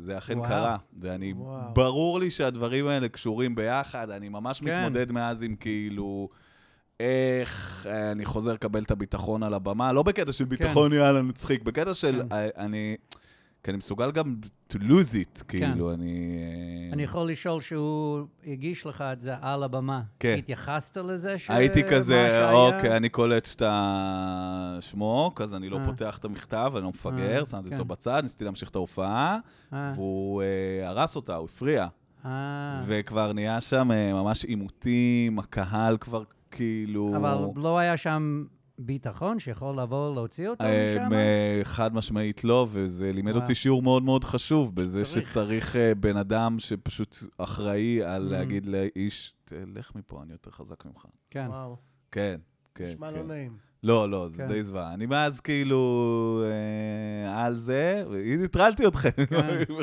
וזה אכן וואו. קרה, ואני, וואו. ברור לי שהדברים האלה קשורים ביחד, אני ממש כן. מתמודד מאז עם כאילו, איך אה, אני חוזר לקבל את הביטחון על הבמה, לא בקטע כן. של ביטחון, יאללה, נצחיק, בקטע של אה, אני... כי אני מסוגל גם to lose it, כאילו, אני... אה, כן. אני יכול לשאול שהוא הגיש לך את זה על הבמה. כן. התייחסת לזה? ש- הייתי מה כזה, שהיה? אוקיי, אני קולט שאתה שמוק, אז אני לא אה. פותח את המכתב, אני לא מפגר, אה, שמתי כן. אותו בצד, ניסיתי להמשיך את ההופעה, אה, והוא אה, הרס אותה, הוא הפריע. אה. וכבר נהיה שם אה, ממש עימותים, הקהל כבר כאילו... אבל לא היה שם ביטחון שיכול לבוא להוציא אותו אה, לא, משם? אה, חד משמעית לא, וזה לימד אה. וואו. אותי שיעור מאוד מאוד חשוב, בזה צריך. שצריך אה, בן אדם שפשוט אחראי על Mm. להגיד לאיש, תלך מפה, אני יותר חזק ממך. כן. וואו, כן, כן, נשמע לא כן. נעים. לא, לא, זה כן. די זוועה. אני מאז כאילו אה, על זה, והטרלתי אתכם.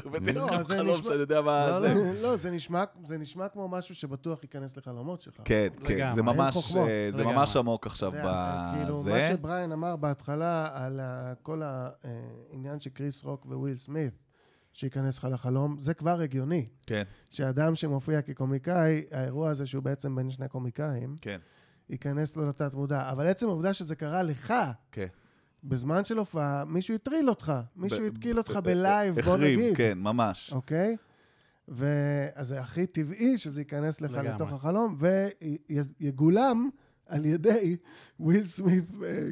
הבאתי כן. לא, לכם זה חלום נשמע- שאני יודע מה לא, זה. לא, זה נשמע, זה נשמע כמו משהו שבטוח ייכנס לחלומות שלך. כן, כן, לגמרי. זה אין ממש, חוכמות. אה, זה לגמרי. ממש עמוק עכשיו אתה יודע, כאילו, מה בזה. שבריין אמר בהתחלה על ה- כל העניין של קריס רוק וויל סמית, שייכנס לך לחלום, זה כבר הגיוני. כן, שאדם שמופיע כקומיקאי, האירוע הזה שהוא בעצם בין שני קומיקאים, כן, ייכנס לו לתת מודע. אבל עצם העובדה שזה קרה לך, כן. בזמן של הופעה, מישהו הטריל אותך, מישהו ב- התקיל אותך אה, אה, בלייב, בוא החריב, נגיד. כן, ממש. אוקיי? ואז זה הכי טבעי שזה ייכנס לך לגמרי. לתוך החלום, ויגולם על ידי וויל סמית.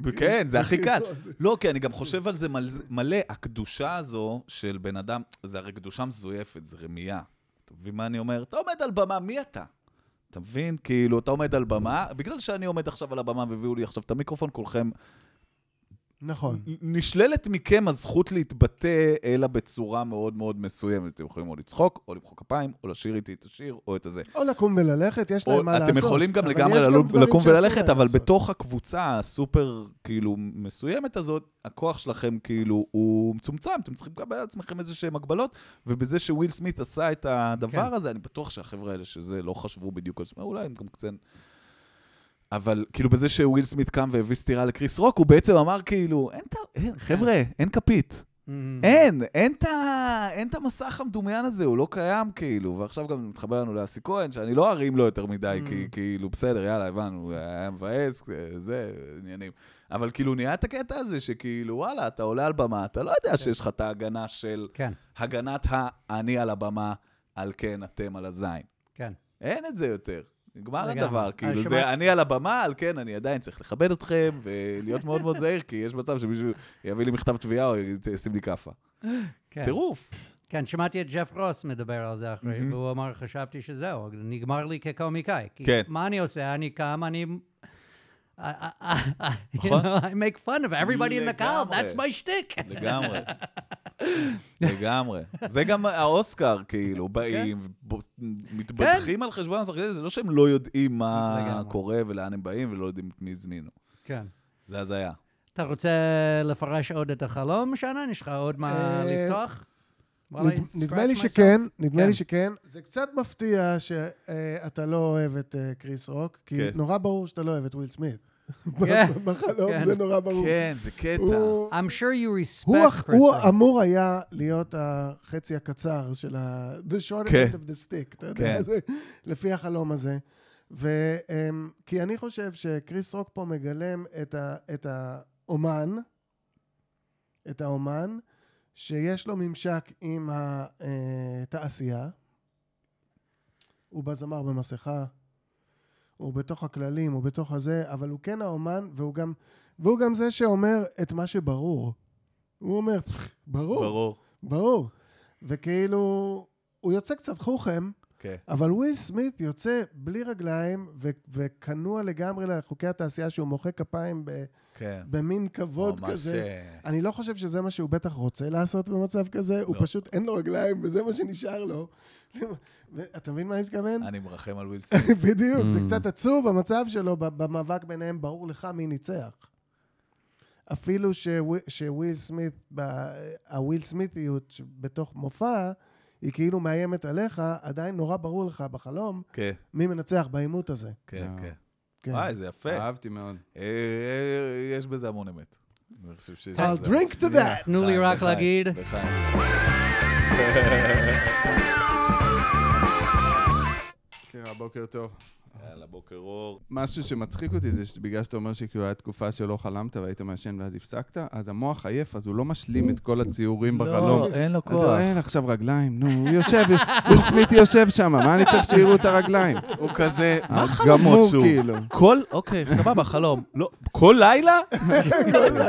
אה, כן, זה הכי קל. בקיסון. לא, כי אני גם חושב על זה מל- מלא. הקדושה הזו של בן אדם, זה הרי קדושה מזויפת, זה רמייה. אתה מבין מה אני אומר? אתה עומד על במה, מי אתה? אתה מבין? כאילו, אתה עומד על במה, בגלל שאני עומד עכשיו על הבמה והביאו לי עכשיו את המיקרופון, כולכם... נכון. נשללת מכם הזכות להתבטא, אלא בצורה מאוד מאוד מסוימת. אתם יכולים או לצחוק, או למחוא כפיים, או לשיר איתי את השיר, או את הזה. או לקום וללכת, יש או- להם מה לעשות. אתם יכולים גם אבל לגמרי יש גם ללום- דברים לקום שאסור וללכת, להם אבל לעשות. בתוך הקבוצה הסופר, כאילו, מסוימת הזאת, הכוח שלכם, כאילו, הוא מצומצם. אתם צריכים לקבל על עצמכם איזה שהם הגבלות, ובזה שוויל סמית עשה את הדבר כן. הזה, אני בטוח שהחבר'ה האלה שזה לא חשבו בדיוק על עצמם, אולי הם גם קצת... אבל כאילו בזה שוויל סמית קם והביא סטירה לקריס רוק, הוא בעצם אמר כאילו, אין, ת- אין חבר'ה, אין כפית. אמ, אין, אין את ה- אין את המסך המדומיין הזה, הוא לא קיים כאילו. ועכשיו גם מתחבר לנו לאסי כהן, שאני לא ארים לו יותר מדי, Mm. כי כאילו, בסדר, יאללה, הבנו, היה מבאס, אה, זה, עניינים. אבל כאילו, נהיה את הקטע הזה שכאילו, וואלה, אתה עולה על במה, אתה לא יודע שיש לך את ההגנה של... כן, הגנת ה- אני על הבמה, על כן, אתם על הזין. כן. אין את זה יותר. נגמר לגמרי. הדבר, כאילו, שמע- זה אני על הבמה, על כן, אני עדיין צריך לכבד אתכם ולהיות מאוד מאוד זהיר, כי יש מצב שמישהו יביא לי מכתב תביעה או ישים לי כאפה. כן. טירוף. כן, שמעתי את ג'ף רוס מדבר על זה אחרי, והוא אמר, חשבתי שזהו, נגמר לי כקומיקאי. כי כן. מה אני עושה? אני קם, אני... I- I- I- you נכון. know, I make fun of everybody in the crowd, לגמרי. that's my shtick. לגמרי. לגמרי. זה גם האוסקר, כאילו, כן. באים, ב- מתבדחים על חשבון השחקנים, זה לא שהם לא יודעים מה לגמרי. קורה ולאן הם באים ולא יודעים את מי הזמינו. כן. זה הזיה. אתה רוצה לפרש עוד את החלום, שנה? יש לך עוד מה אה, לפתוח? וואלה, נד- נדמה לי scratch myself. שכן, נדמה כן. לי שכן. זה קצת מפתיע שאתה לא אוהב את אה, קריס רוק, כי כן. נורא ברור שאתה לא אוהב את וויל סמית. כן. בחלום כן. זה נורא ברור. כן, זה קטע. הוא- I'm sure you הוא respect אח- Chris הוא אמ- Rock. אמור היה להיות החצי הקצר של ה... The short כן. end of the stick, אתה יודע, כן. זה- לפי החלום הזה. ו- אמ, כי אני חושב שקריס רוק פה מגלם את ה- את האומן, את האומן, שיש לו ממשק עם התעשייה. הוא בזמר במסכה, הוא בתוך הכללים, הוא בתוך הזה, אבל הוא כן האומן, והוא גם, והוא גם זה שאומר את מה שברור. הוא אומר, "פח, ברור, ברור. ברור. ברור. וכאילו, הוא יוצא קצת חוכם, כן. אבל וויל סמית יוצא בלי רגליים ו- וכנוע לגמרי לחוקי התעשייה שהוא מוחא כפיים ב- כן. במין כבוד ממש, כזה. אה, אני לא חושב שזה מה שהוא בטח רוצה לעשות במצב כזה, הוא לא. פשוט אין לו רגליים, וזה מה שנשאר לו. אתה מבין מה אני מתכוון? אני מרחם על ווילסון. בדיוק, זה קצת עצוב, המצב שלו ב- במאבק ביניהם, ברור לך מי ניצח. אפילו שוויל, שוויל סמית, ב- הוויל סמיתיות שבתוך מופע, היא כאילו מאיימת עליך, עדיין נורא ברור לך בחלום כן, מי מנצח בעימות הזה. כן, אה, כן. כן. וואי, זה יפה. אה, אהבתי מאוד. אה, יש בזה המון אמת. אני חושב שיש I'll בזה- drink to that! תנו לי לחיים, רק לחיים, להגיד, לחיים. סליחה, בוקר טוב. יאללה, בוקר אור. משהו שמצחיק אותי זה שבגלל שאתה אומר שכאילו הייתה תקופה שלא חלמת והיית מעשן ואז הפסקת, אז המוח עייף, אז הוא לא משלים את כל הציורים בחלום. לא, אין לו אז הוא כוח. אין עכשיו רגליים, נו, הוא יושב, וויל סמית יושב שם, מה אני צריך שיראו את הרגליים? אה, הוא כזה, מה גמור, חלומות שוב? כאילו. כל, אוקיי, סבבה, חלום. לא, כל לילה?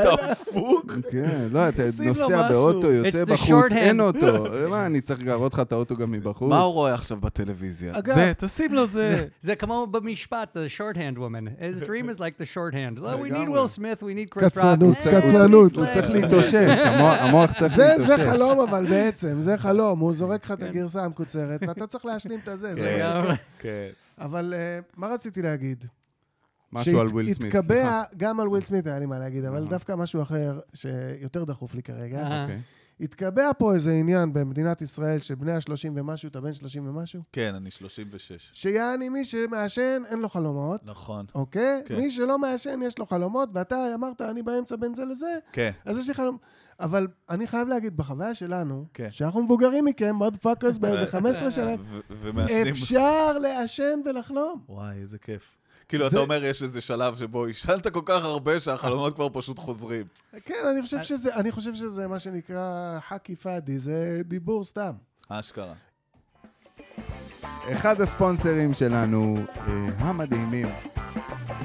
דפוק. כן, לא, אתה תשים לו נוסע משהו. באוטו, יוצא It's the בחוץ, shorthand. אין אוטו. מה, אני צריך להראות לך את האוטו גם מבחוץ? מה הוא רואה עכשיו בטלוויזיה? אגב- זה, תשים לו זה. זה כמו במשפט, the shorthand woman. His dream is like the shorthand. Well, we need לגמרי. Will Smith, we need Chris Rock. קצרנות, Hey, קצרנות, Will הוא הוא צריך Smith. להתאושש, המוח- המוח צריך זה, להתאושש. זה חלום אבל בעצם, זה חלום, הוא זורק לך את הגרסה המקוצרת, ואתה צריך להשלים את הזה, זה מה ש... לגמרי. כן. אבל אה, מה רציתי להגיד? משהו על וויל סמית, סליחה. שהתקבע, גם על וויל סמית היה לי מה להגיד, אבל דווקא משהו אחר, שיותר דחוף לי כרגע. אהה. אוקיי. התקבע פה איזה עניין במדינת ישראל של בני ה-30 ומשהו, אתה בן 30 ומשהו? כן, אני 36. שיעני, מי שמעשן, אין לו חלומות, נכון. אוקיי? כן. מי שלא מעשן, יש לו חלומות, ואתה אמרת, אני באמצע בין זה לזה, כן. אז יש לי חלום. אבל אני חייב להגיד, בחוויה שלנו, כן. שאנחנו מבוגרים מכם, מוד פאקרס באיזה 15 שנה, אה, ו- ומעשנים. אפשר לעשן ולחלום. וואי, איזה כיף. כאילו, זה- אתה אומר, יש איזה שלב שבו עישנת כל כך הרבה שהחלומות כבר פשוט חוזרים. כן, אני חושב שזה, אני חושב שזה מה שנקרא חכי פאדי, זה דיבור סתם. אשכרה. אחד הספונסרים שלנו, אה, המדהימים,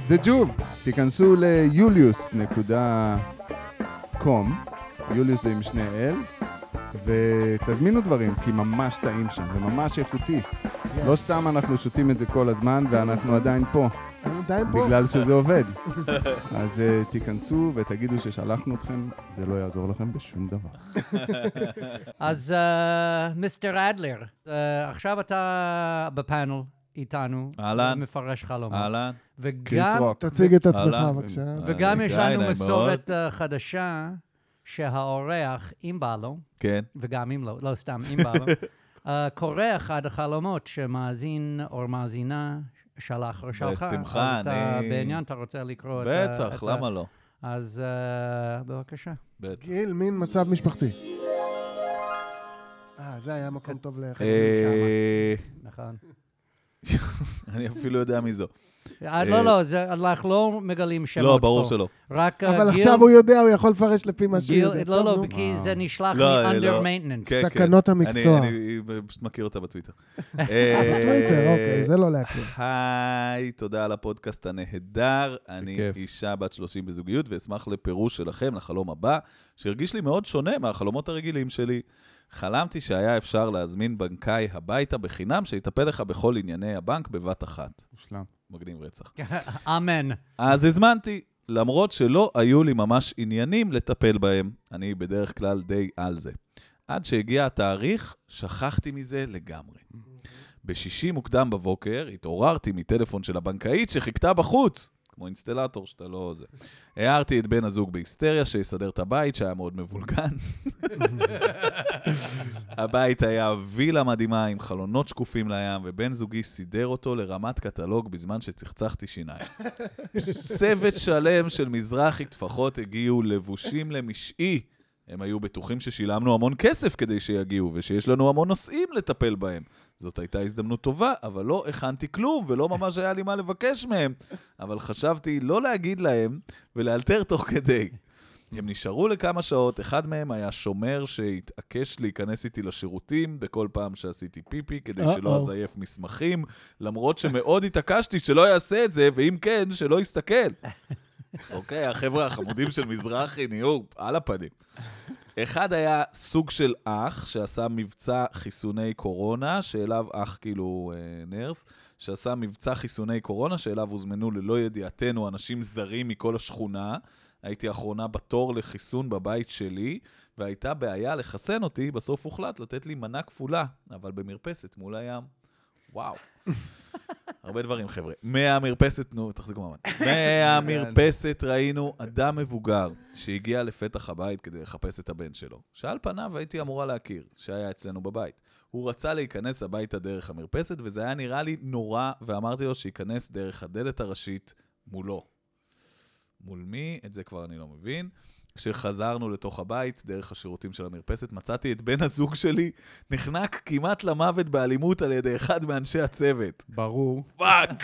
זה ג'וב. תיכנסו ליוליוס.com, יוליוס זה עם שני אל, ותזמינו דברים, כי ממש טעים שם, זה ממש איכותי. לא Yes. סתם אנחנו שותים את זה כל הזמן, ואנחנו עדיין פה, אני עדיין פה. בגלל שזה עובד. אז אה, תיכנסו ותגידו ששלחנו אתכם, זה לא יעזור לכם בשום דבר. אז אה, מיסטר אדלר, אה, עכשיו אתה בפאנל איתנו. אהלן. מפרש אוקיי. חלומות. אהלן. קריס וגם רוק. תציג את עצמך, אהלן. בבקשה. וגם אה, יש נקרא לנו אליי מאוד. מסורת אה, חדשה שהאורח, אם בא לו, כן. וגם אם לא, לא סתם, אם בא לו, אה, קורא אחד החלומות שמאזין או מאזינה שלח או שלחה. בשמחה, אז אתה אני- בעניין, אתה רוצה לקרוא את ה- בטח, את ה- למה לא? אז אה, בבקשה. בטח. גיל, מין מצב משפחתי. אה, זה היה מקום טוב לחיים. אה, נכון. אני אפילו יודע מי זו. אה, לא, לא, זה- אנחנו לא מגלים שמות פה. לא, ברור שלא. רק אה, אבל גיל- עכשיו הוא יודע, הוא יכול לפרש לפי מה שהוא גיל- יודע. לא, טוב, נו. לא, כי זה נשלח לא, אה, מ-under לא. maintenance. כן, כן. סכנות אני- המקצוע. אני פשוט מכיר אותה בטוויטר. אה, בטוויטר, אוקיי, זה לא להקריא. היי, תודה על הפודקאסט הנהדר. אני בכיף. אישה בת 30 בזוגיות, ואשמח לפירוש שלכם לחלום הבא, שהרגיש לי מאוד שונה מהחלומות הרגילים שלי. חלמתי שהיה אפשר להזמין בנקאי הביתה בחינם, שיטפל לך בכל ענייני הבנק בבת אחת. מושלם. מגניב רצח. אמן. כן. אז הזמנתי, למרות שלא היו לי ממש עניינים לטפל בהם. אני בדרך כלל די על זה. עד שהגיע התאריך, שכחתי מזה לגמרי. בשישי מוקדם בבוקר התעוררתי מטלפון של הבנקאית שחיכתה בחוץ, כמו אינסטלטור שאתה לא זה. הערתי את בן הזוג בהיסטריה שיסדר את הבית, שהיה מאוד מבולגן. הבית היה וילה מדהימה עם חלונות שקופים לים, ובן זוגי סידר אותו לרמת קטלוג בזמן שצחצחתי שיניים. צוות שלם של מזרחי טפחות הגיעו לבושים למשעי. הם היו בטוחים ששילמנו המון כסף כדי שיגיעו, ושיש לנו המון נושאים לטפל בהם. זאת הייתה הזדמנות טובה, אבל לא הכנתי כלום, ולא ממש היה לי מה לבקש מהם. אבל חשבתי לא להגיד להם, ולאלתר תוך כדי. הם נשארו לכמה שעות, אחד מהם היה שומר שהתעקש להיכנס איתי לשירותים בכל פעם שעשיתי פיפי, כדי שלא אה-או. אזייף מסמכים, למרות שמאוד התעקשתי שלא יעשה את זה, ואם כן, שלא יסתכל. אוקיי, החבר'ה החמודים של מזרחי נהיו על הפנים. אחד היה סוג של אח שעשה מבצע חיסוני קורונה, שאליו אח כאילו אה, נרס, שעשה מבצע חיסוני קורונה, שאליו הוזמנו ללא ידיעתנו אנשים זרים מכל השכונה. הייתי האחרונה בתור לחיסון בבית שלי, והייתה בעיה לחסן אותי, בסוף הוחלט לתת לי מנה כפולה, אבל במרפסת מול הים. וואו. הרבה דברים, חבר'ה. מהמרפסת, נו, תחזיקו מעמד. מהמרפסת ראינו אדם מבוגר שהגיע לפתח הבית כדי לחפש את הבן שלו, שעל פניו הייתי אמורה להכיר, שהיה אצלנו בבית. הוא רצה להיכנס הביתה דרך המרפסת, וזה היה נראה לי נורא, ואמרתי לו שייכנס דרך הדלת הראשית מולו. מול מי? את זה כבר אני לא מבין. כשחזרנו לתוך הבית, דרך השירותים של המרפסת, מצאתי את בן הזוג שלי נחנק כמעט למוות באלימות על ידי אחד מאנשי הצוות. ברור. פאק!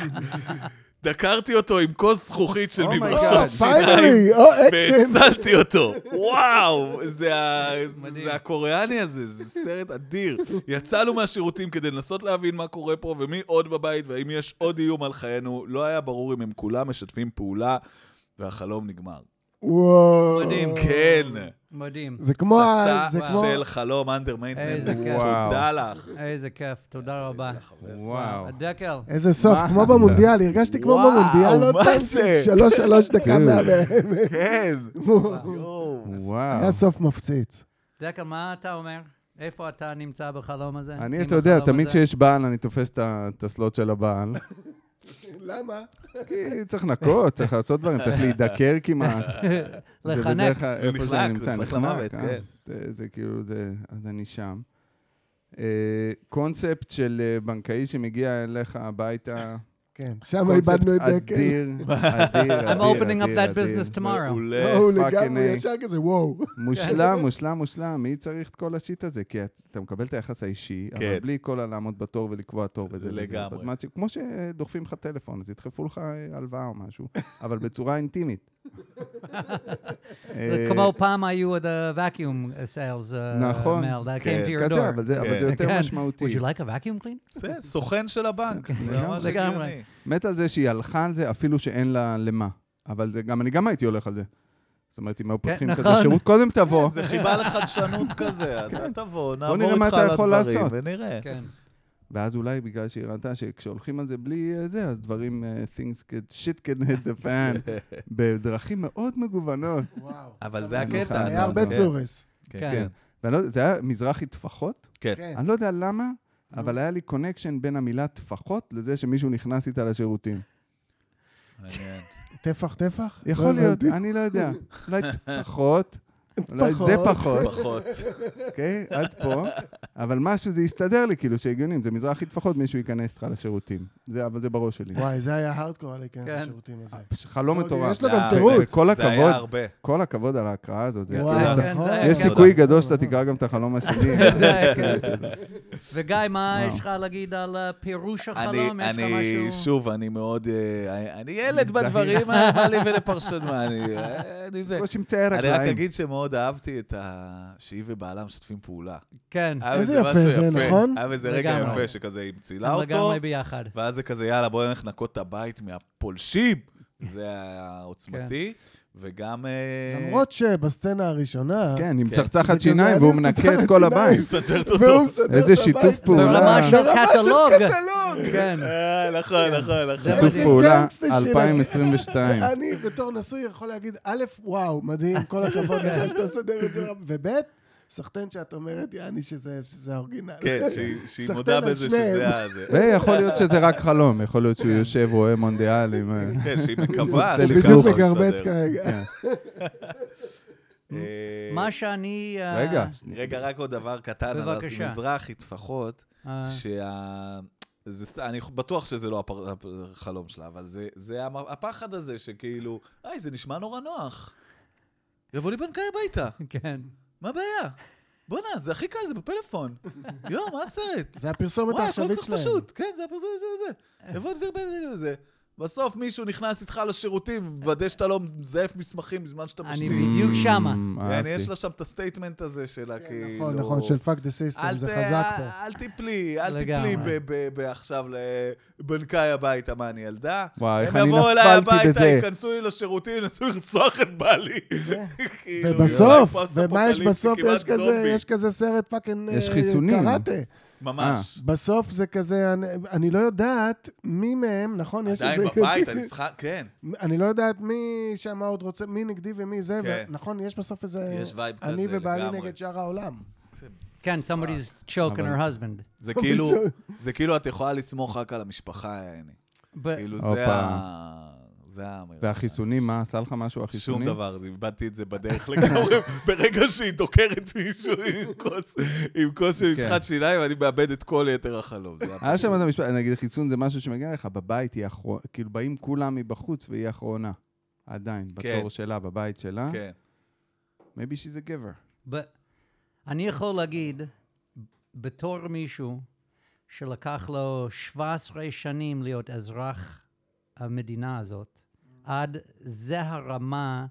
דקרתי אותו עם כוס זכוכית של Oh my מברשות אה, God, שיניים, פיינלי, או אקשן. והצלתי אותו. וואו! זה ה- זה הקוריאני הזה, זה סרט אדיר. יצאנו מהשירותים כדי לנסות להבין מה קורה פה ומי עוד בבית והאם יש עוד איום על חיינו. לא היה ברור אם הם כולם משתפים פעולה, והחלום נגמר. וואו. מדהים. כן. מדהים. זה כמו... ה- פצצה זה כמו... של חלום under maintenance. איזה כיף. תודה לך. איזה כיף, תודה רבה. וואו. דקל, איזה סוף, מה? כמו במונדיאל, הרגשתי כמו וואו, במונדיאל עוד מה פעם, זה? שלוש, שלוש דקה כן. מהבאמת. כן. וואו. היה סוף מפציץ. דקל, מה אתה אומר? איפה אתה נמצא בחלום הזה? עם אני, אתה יודע, החלום תמיד הזה? כשיש בעל, אני תופס את ה- את הסלוט של הבעל. למה? כי צריך לנקות, צריך לעשות דברים, צריך להידקר כמעט. זה לחנק. בדרך כלל הוא איפה נחנק, שאני הוא נמצא, נחנק למוות, אה? כן. זה- זה כאילו, זה, אז אני שם. אה, קונספט של אה, בנקאי שמגיע אליך הביתה. כן, שם איבדנו את קונספט דקל. אדיר, אה, אדיר, I'm אדיר, opening up אדיר, that אדיר. business tomorrow. מעולה. לא, הוא fucking לגמרי A. ישר כזה, וואו. כן. מושלם, מושלם, מושלם. מי צריך את כל השיט הזה? כי את- אתה מקבל את היחס האישי, כן. אבל בלי כל הלעמוד בתור ולקבוע תור וזה וזה. לגמרי. בזמן ש- כמו שדוחפים לך טלפון, אז ידחפו לך אה, הלוואה או משהו, אבל בצורה אינטימית. זה אה, כמו פעם היו the vacuum sales uh, נכון. mail that כן, came to your כזה, door. אבל זה אבל זה כן. יותר כן. משמעותי. Would you like a vacuum clean? זה סוכן של הבנק, זה ממש אוקיי. לגמרי. הגיוני. מת על זה שהיא הלכה על זה אפילו שאין לה למה. אבל זה גם, אני גם הייתי הולך על זה. זאת אומרת, אם היו כן, פותחים כזה נכון. שירות, קודם תבוא. זה חיבה לחדשנות כזה, אתה תבוא, נראה נעבור מה איתך אתה על יכול הדברים לעשות. ונראה. כן. ואז אולי בגלל שהיא ראתה שכשהולכים על זה בלי אה, זה, אז דברים, אה, things get, shit can hit the fan, בדרכים מאוד מגוונות. אבל זה אני הקטע. חייב היה הרבה כן, צורס. כן, כן. כן. ואני לא יודע, זה היה מזרחי טפחות? כן. כן. לא. אני לא יודע למה, אבל היה לי קונקשן בין המילה טפחות לזה שמישהו נכנס איתה לשירותים. לא מעניין. טפח, טפח? יכול לא להיות, הבנתי. אני לא יודע. אולי טפחות, אולי זה פחות, פחות. אוקיי? עד פה. אבל משהו זה יסתדר לי, כאילו, שהגיוני, אם זה מזרחי לפחות, מישהו ייכנס איתך לשירותים. זה, אבל זה בראש שלי. וואי, זה היה הארדקור על להיכנס כן. לשירותים הזה. חלום אוקיי, מטורף. יש לו גם די, תירוץ. לא, כל זה היה הכבוד, הרבה. כל הכבוד על ההקראה הזאת. זה- וואי, יש- כן, נכון. זה היה יש כן. סיכוי גדול שאתה תקרא גם את החלום השני. זה היה כיף. וגיא, מה כן. וואו. יש לך להגיד על אה, פירוש אני, החלום? יש לך אני, משהו? שוב, אני מאוד... אה, אני ילד בדברים, אה, מה לי ולפרשן מה, אני אה, אני זה. לא כמו שמצער אני רק רגליים. אגיד שמאוד אהבתי את ה... שהיא ובעלה משתפים פעולה. כן, היה איזה בזה יפה משהו זה, נכון? היה בזה רגע לגמרי. יפה שכזה היא מצילה הם אותו, לגמרי ביחד. ואז זה כזה, יאללה, בוא נלך לנקות את הבית מהפולשים. זה היה עוצמתי. וגם... אה, כן. למרות שבסצנה הראשונה... כן, היא כן. זה מצחצחת כזה, שיניים אני והוא מצחצח מנקה את את כל שיניים. הבית. מסג'רת אותו. והוא מסדר את הבית. איזה שיתוף פעולה. ברמה של ברמה של קטלוג. קטלוג. כן, אה, נכון, נכון, נכון. זה שיתוף מדהים. פעולה גנגסטר של 2022. אני בתור נשוי יכול להגיד, א', וואו, מדהים, כל הכבוד לך שאתה מסדר את זה, וב', סחטיין שאת אומרת, יעני, שזה שזה האורגינל. כן, שהיא- שהיא סחטיין מודה על בזה שניהם. שזה ה... זה. ויכול להיות שזה רק חלום, יכול להיות שהוא יושב, רואה מונדיאל עם... אה, כן, שהיא מקווה זה זה שככה בדיוק הוא מגרבץ מסדר. כרגע. כן. אה, מה שאני... אה, רגע, רגע, רק עוד דבר קטן על בבקשה. המזרחי טפחות, אה, שה... זה סת- אני בטוח שזה לא הפר- החלום שלה, אבל זה, זה המ- הפחד הזה שכאילו, היי, זה נשמע נורא נוח. יבוא לי בנקאי הביתה, כן. מה הבעיה? בואנה, זה הכי קל, זה בפלאפון. יואו, מה הסרט? זה הפרסומת וואי, הכל העכשווית כך שלהם. פשוט, כן, זה הפרסום של זה. יבוא דביר בן לזה. בסוף מישהו נכנס איתך לשירותים, מוודא שאתה לא מזייף מסמכים בזמן שאתה אני משתיק. בדיוק שמה. Mm, כן, אהבתי. יש לה שם את הסטייטמנט הזה שלה, כאילו... נכון, נכון, של פאק דה סיסטם, אל זה ת- חזק אל- פה. אל תיפלי, אל לגמרי. תיפלי ב- ב- ב- עכשיו לבנקאי הביתה, מה, אני ילדה? וואי, איך הם אני יבואו אליי נפלתי הביתה, בזה. ייכנסו לי לשירותים, ינסו לרצוח את בעלי. כאילו, ובסוף, יאללה, פוסט ומה יש אפוקליפסי, בסוף? כמעט יש כזה, זומבי. יש כזה סרט פאקינג... יש אה, חיסונים. קראטה. אה. ממש. בסוף זה כזה, אני, אני לא יודעת מי מהם, נכון? יש עדיין איזה- בבית, אני צריכה, כן. אני לא יודעת מי שם עוד רוצה, מי נגדי ומי זה, כן. ונכון, יש בסוף איזה... יש וייב כזה אני ובעלי לגמרי. נגד שאר העולם. כן, somebody's choking her husband. זה טוב, כאילו, מישהו- זה כאילו את יכולה לסמוך רק על המשפחה, יעני. אה. ב- כאילו הופה. זה ה... זה האמירה. והחיסונים, מה, עשה לך משהו שום החיסונים? דבר, איבדתי את זה בדרך לגמרי. ברגע שהיא דוקרת מישהו עם כוס, עם כוס של משחת שיניים, אני מאבד את כל יתר החלום. זה כן. היה שם פשוט- את המשפט, נגיד חיסון זה משהו שמגיע לך, בבית היא אחרונה, כאילו באים כולם מבחוץ והיא אחרונה. עדיין, כן. בתור שלה, בבית שלה. כן. maybe she's a giver. ב- אני יכול להגיד, בתור מישהו שלקח לו 17 שנים להיות אזרח המדינה הזאת, עד זה הרמה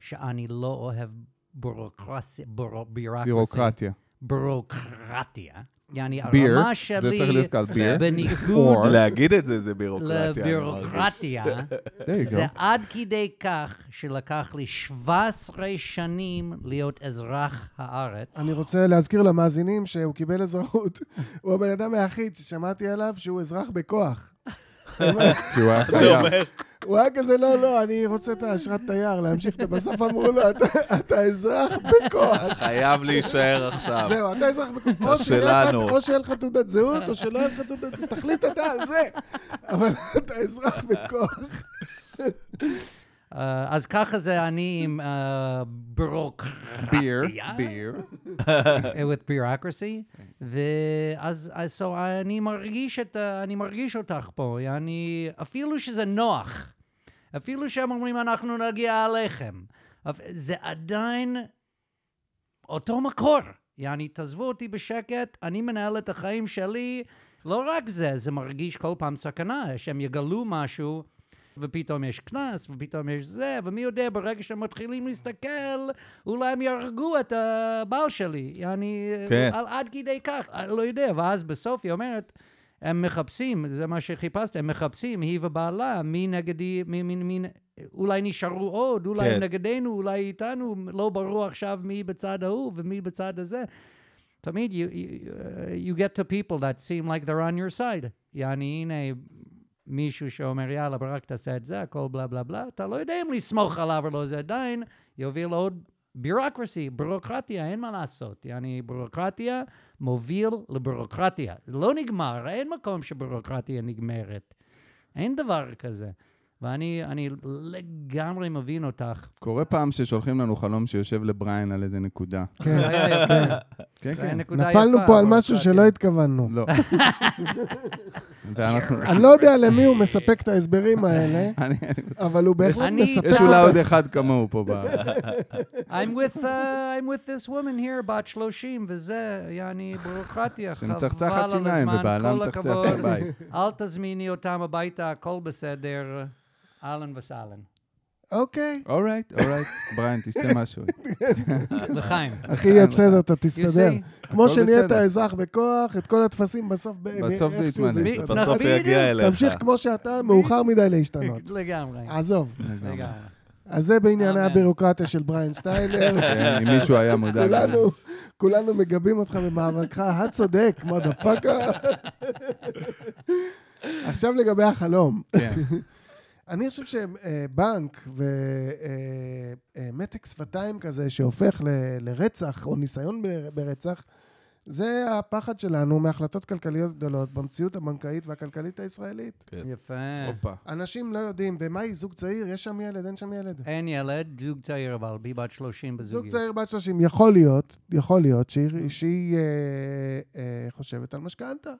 שאני לא אוהב בירוקרסיה, בירו- בירוקרסיה, בירוקרטיה. בירוקרטיה. יעני, ביר, הרמה זה צריך שלי להיות קל ביר. בניגוד Or- כן. להגיד את זה, זה בירוקרטיה. אני מרגיש. לבירוקרטיה, There you זה go. עד כדי כך שלקח לי 17 שנים להיות אזרח הארץ. אני רוצה להזכיר למאזינים שהוא קיבל אזרחות. הוא הבן אדם היחיד ששמעתי עליו שהוא אזרח בכוח. כי הוא היה חייב. הוא היה כזה, לא, לא, אני רוצה את האשרת תייר, להמשיך. את ה-" בסוף אמרו לו, "אתה- אתה אזרח בכוח. חייב להישאר עכשיו. זהו, אתה אזרח בכוח. או שיהיה לך- שלנו. או שיהיה לך תעודת זהות, או שלא יהיה לך תעודת זהות, תחליט אתה על זה. אבל אתה אזרח בכוח. אה, אז ככה זה אני עם אה, ביר, בירוקרטיה, ביר. אה, with bureaucracy, ואז אז- so אני מרגיש את ה- אני מרגיש אותך פה, אני, אפילו שזה נוח, אפילו שהם אומרים אנחנו נגיע עליכם, אפ- זה עדיין אותו מקור. יעני, תעזבו אותי בשקט, אני מנהל את החיים שלי. לא רק זה, זה מרגיש כל פעם סכנה, שהם יגלו משהו, ופתאום יש קנס, ופתאום יש זה, ומי יודע, ברגע שהם מתחילים להסתכל, אולי הם יהרגו את הבעל שלי. יעני, כן. על, עד כדי כך, אני לא יודע. ואז בסוף היא אומרת, הם מחפשים, זה מה שחיפשתי, הם מחפשים, היא ובעלה, מי נגדי, מי, מי, מי, אולי נשארו עוד, אולי כן. הם נגדנו, אולי איתנו, לא ברור עכשיו מי בצד ההוא ומי בצד הזה. תמיד, you, you, uh, you get to people that seem like they're on your side. יעני, הנה מישהו שאומר, יאללה, רק תעשה את זה, הכל בלה בלה בלה, אתה לא יודע אם לסמוך עליו או לא, זה עדיין יוביל לעוד בירוקרסי, בירוקרטיה, אין מה לעשות. יעני, בירוקרטיה מוביל לבירוקרטיה. זה לא נגמר, אין מקום שבירוקרטיה נגמרת. אין דבר כזה. ואני אני לגמרי מבין אותך. קורה פעם ששולחים לנו חלום שיושב לבריין על איזה נקודה. זה כן. היה יפה, כן, זה היה כן. נקודה נפלנו יפה, פה על אבל כן. משהו קצת- שלא התכוונו. לא. ואנחנו- אני לא יודע למי הוא מספק את ההסברים האלה, אני- אבל הוא בהחלט אני- מספק יש אולי עוד אותם. אחד כמוהו פה ב... I'm with, uh, I'm with this woman here, בת 30, וזה, יעני, ביורוקרטיה, חבל על הזמן, שמצחצחת שיניים ובעלה כל מצחצח הכבוד. בבית. אל תזמיני אותם הביתה, הכל בסדר, אהלן וסהלן. אוקיי. אורייט, אורייט. בריין, תשתה משהו. לחיים. אחי, יהיה בסדר, אתה תסתדר. see? כמו הכל שנהיית בסדר. האזרח בכוח, את כל הטפסים בסוף... ב- בסוף זה איכשהו יתמלא. מי- בסוף נכון, יגיע אליך. תמשיך כמו שאתה, מאוחר מדי להשתנות. לגמרי, עזוב. לגמרי. אז זה בענייני אמן. הבירוקרטיה של בריין סטיילר. כן, אם מישהו היה מודע כולנו, לזה. כולנו מגבים אותך במאבקך הצודק, מודה פאקה. עכשיו לגבי החלום. כן. אני חושב שבנק ומתק שפתיים כזה שהופך ל- לרצח או ניסיון בר- ברצח, זה הפחד שלנו מהחלטות כלכליות גדולות במציאות הבנקאית והכלכלית הישראלית. יפה. הופה. אנשים לא יודעים, ומה היא זוג צעיר? יש שם ילד, אין שם ילד. אין ילד, זוג צעיר אבל, בי בת 30 זוג בזוגיות. צעיר בת 30, יכול להיות, יכול להיות שהיא, שהיא אה, אה, חושבת על משכנתה.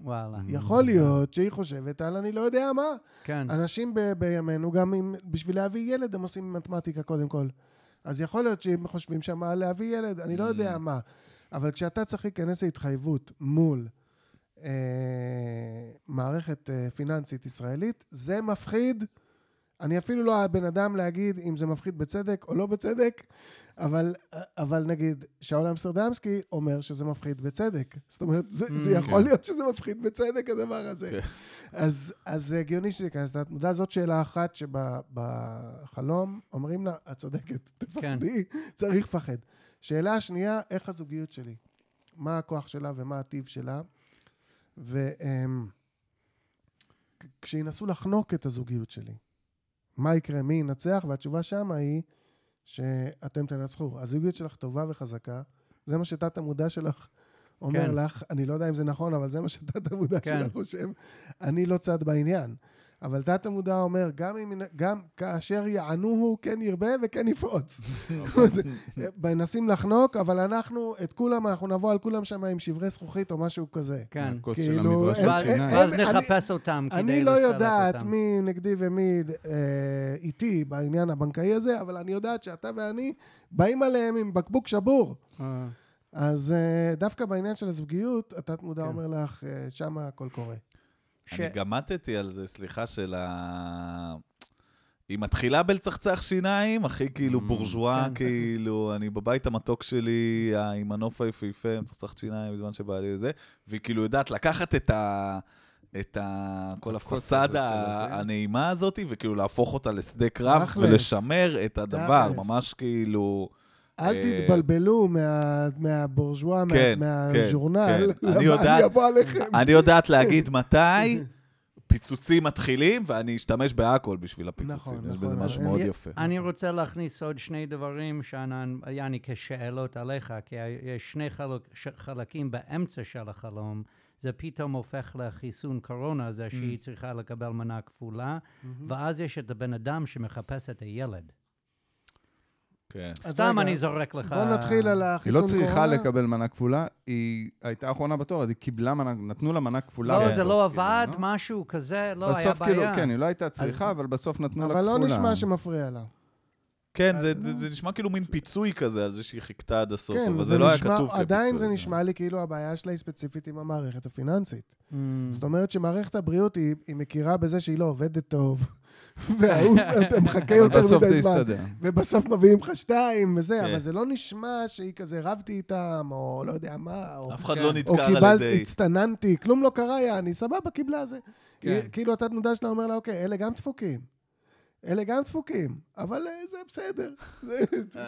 וואלה, יכול אה, להיות שהיא חושבת על אני לא יודע מה. כן. אנשים ב- בימינו, גם אם בשביל להביא ילד, הם עושים מתמטיקה קודם כל. אז יכול להיות שהם חושבים שם על להביא ילד, אני לא יודע מה. אבל כשאתה צריך להיכנס להתחייבות מול אה, מערכת אה, פיננסית ישראלית, זה מפחיד. אני אפילו לא הבן אדם להגיד אם זה מפחיד בצדק או לא בצדק, אבל, אבל נגיד שאול אמסטרדמסקי אומר שזה מפחיד בצדק. זאת אומרת, זה, זה יכול להיות שזה מפחיד בצדק, הדבר הזה. אז, אז זה הגיוני שזה ייכנס לתת מודע. זאת שאלה אחת שבחלום אומרים לה, את צודקת, תפחדי, צריך לפחד. שאלה שנייה, איך הזוגיות שלי? מה הכוח שלה ומה הטיב שלה? אמ, וכשינסו לחנוק את הזוגיות שלי, מה יקרה, מי ינצח? והתשובה שמה היא שאתם תנצחו. הזוגיות שלך טובה וחזקה, זה מה שתת המודע שלך אומר כן. לך, אני לא יודע אם זה נכון, אבל זה מה שתת המודע כן. שלך חושב, אני לא צד בעניין. אבל תת המודע אומר, גם, אם, גם כאשר יענוהו, כן ירבה וכן יפרוץ. אוקיי. מנסים לחנוק, אבל אנחנו, את כולם, אנחנו נבוא על כולם שם עם שברי זכוכית או משהו כזה. כן. הכוס כאילו, של המברש של אה, ואז- שיניים. ואז אין- אני- נחפש אותם כדי לסלק אותם. אני לא יודעת מי נגדי ומי אה, איתי בעניין הבנקאי הזה, אבל אני יודעת שאתה ואני באים עליהם עם בקבוק שבור. אה, אז אה, דווקא בעניין של הזוגיות, התת מודע כן. אומר לך, אה, שמה הכל קורה. ש- אני גמטתי על זה, סליחה, של ה... היא מתחילה בלצחצח שיניים, הכי כאילו בורז'ואה, כן. כאילו, אני בבית המתוק שלי, ה- עם הנוף היפהפה, מצחצחת שיניים בזמן שבעלי וזה, והיא כאילו יודעת לקחת את ה... את ה... כל הכוס הזאת הפסאדה של הזה. הנעימה הזאת, וכאילו להפוך אותה לשדה קרב, תכלס. ולשמר את הדבר, תכלס. ממש כאילו... אל אה, תתבלבלו מה- מהבורז'ואה, מה- כן, מהז'ורנל, כן. למה אני יודעת- אני אבוא עליכם. אני יודעת להגיד מתי פיצוצים מתחילים, ואני אשתמש בהכל בשביל הפיצוצים. נכון, יש בזה נכון, משהו אבל- מאוד יפה. אני רוצה להכניס עוד שני דברים, שאנן, יעני כשאלות עליך, כי יש שני חלק, ש- חלקים באמצע של החלום. זה פתאום הופך לחיסון קורונה הזה שהיא צריכה לקבל מנה כפולה, ואז יש את הבן אדם שמחפש את הילד. כן. אז סתם רגע, אני זורק לך... בוא נתחיל על היא החיסון לא קורונה. צריכה לקבל מנה כפולה, היא הייתה האחרונה בתור, אז היא קיבלה מנה, נתנו לה מנה כפולה. לא, כן. בסוף, זה כאילו, לא עבד, לא? משהו כזה, לא, היה בסוף כאילו, בעיה. כן, היא לא הייתה צריכה, אבל בסוף נתנו לה אבל כפולה. לא נשמע שמפריע לה. כן, זה, זה, זה נשמע כאילו מין פיצוי כזה על זה שהיא חיכתה עד הסוף, כן, אבל זה זה לא היה נשמע- כתוב כפיצוי. עדיין זה נשמע לי כאילו הבעיה שלה היא ספציפית עם המערכת הפיננסית. זאת אומרת שמערכת הבריאות היא היא מכירה בזה שהיא לא עובדת טוב, וההוא, אתה מחכה יותר בסוף זה מדי זמן. יסתדר. ובסוף מביאים לך שתיים וזה, כן. אבל זה לא נשמע שהיא כזה רבתי איתם, או לא יודע מה, או... אף אחד לא או נדקר על קיבלת, ידי. הצטננתי, כלום לא קרה, יעני, סבבה, קיבלה זה. כן. היא- כאילו התת מודע שלה אומר לה, אוקיי, אלה גם דפוקים. אלה גם דפוקים, אבל אה, זה בסדר. זה-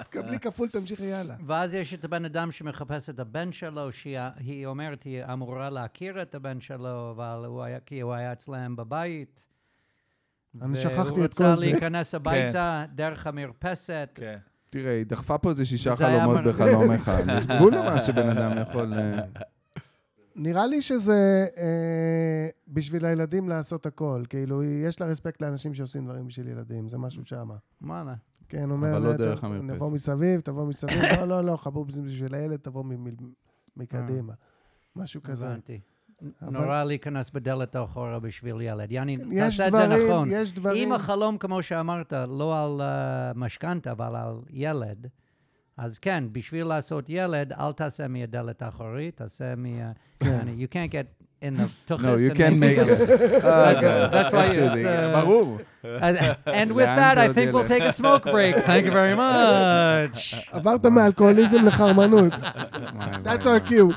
תקבלי כפול, תמשיכי יאללה. ואז יש את הבן אדם שמחפש את הבן שלו, שהיא היא אומרת, היא אמורה להכיר את הבן שלו, אבל הוא היה, כי הוא היה אצלם בבית. אני שכחתי את והוא כל רוצה זה. כן. להיכנס הביתה דרך המרפסת. כן. תראה, היא דחפה פה איזה שישה זה היה חלומות מרגיז. בחלום אחד. יש גבול למה שבן אדם יכול... אה, נראה לי שזה אה, בשביל הילדים לעשות הכל. כאילו, יש לה רספקט לאנשים שעושים דברים בשביל ילדים, זה משהו שמה. וואלה. כן, אומר, אבל לא לה, "טוב, דרך המרפסת." נבוא מסביב, תבוא מסביב, לא, לא, לא, חבוב זה בשביל הילד, תבוא מ- מ- מקדימה. אה, משהו כזה. הבנתי. אבל- כן, נורא להיכנס בדלת האחורה בשביל ילד. יעני, יש תעשה את זה דברים, נכון. יש דברים... אם החלום, כמו שאמרת, לא על uh, משכנתה, אבל על ילד, אז כן, בשביל לעשות ילד, אל תעשה מהדלת האחורית, תעשה מה... כן. יעני, you can't get in the תוכס. No, you and can't make ילד. it. that's why איכשהו it's, זה- uh, ברור. And- And with לאן that, זה I עוד think we'll ילך? take a smoke break. Thank you very much. עברת מאלכוהוליזם לחרמנות. וואי, וואי, That's וואי. our cue.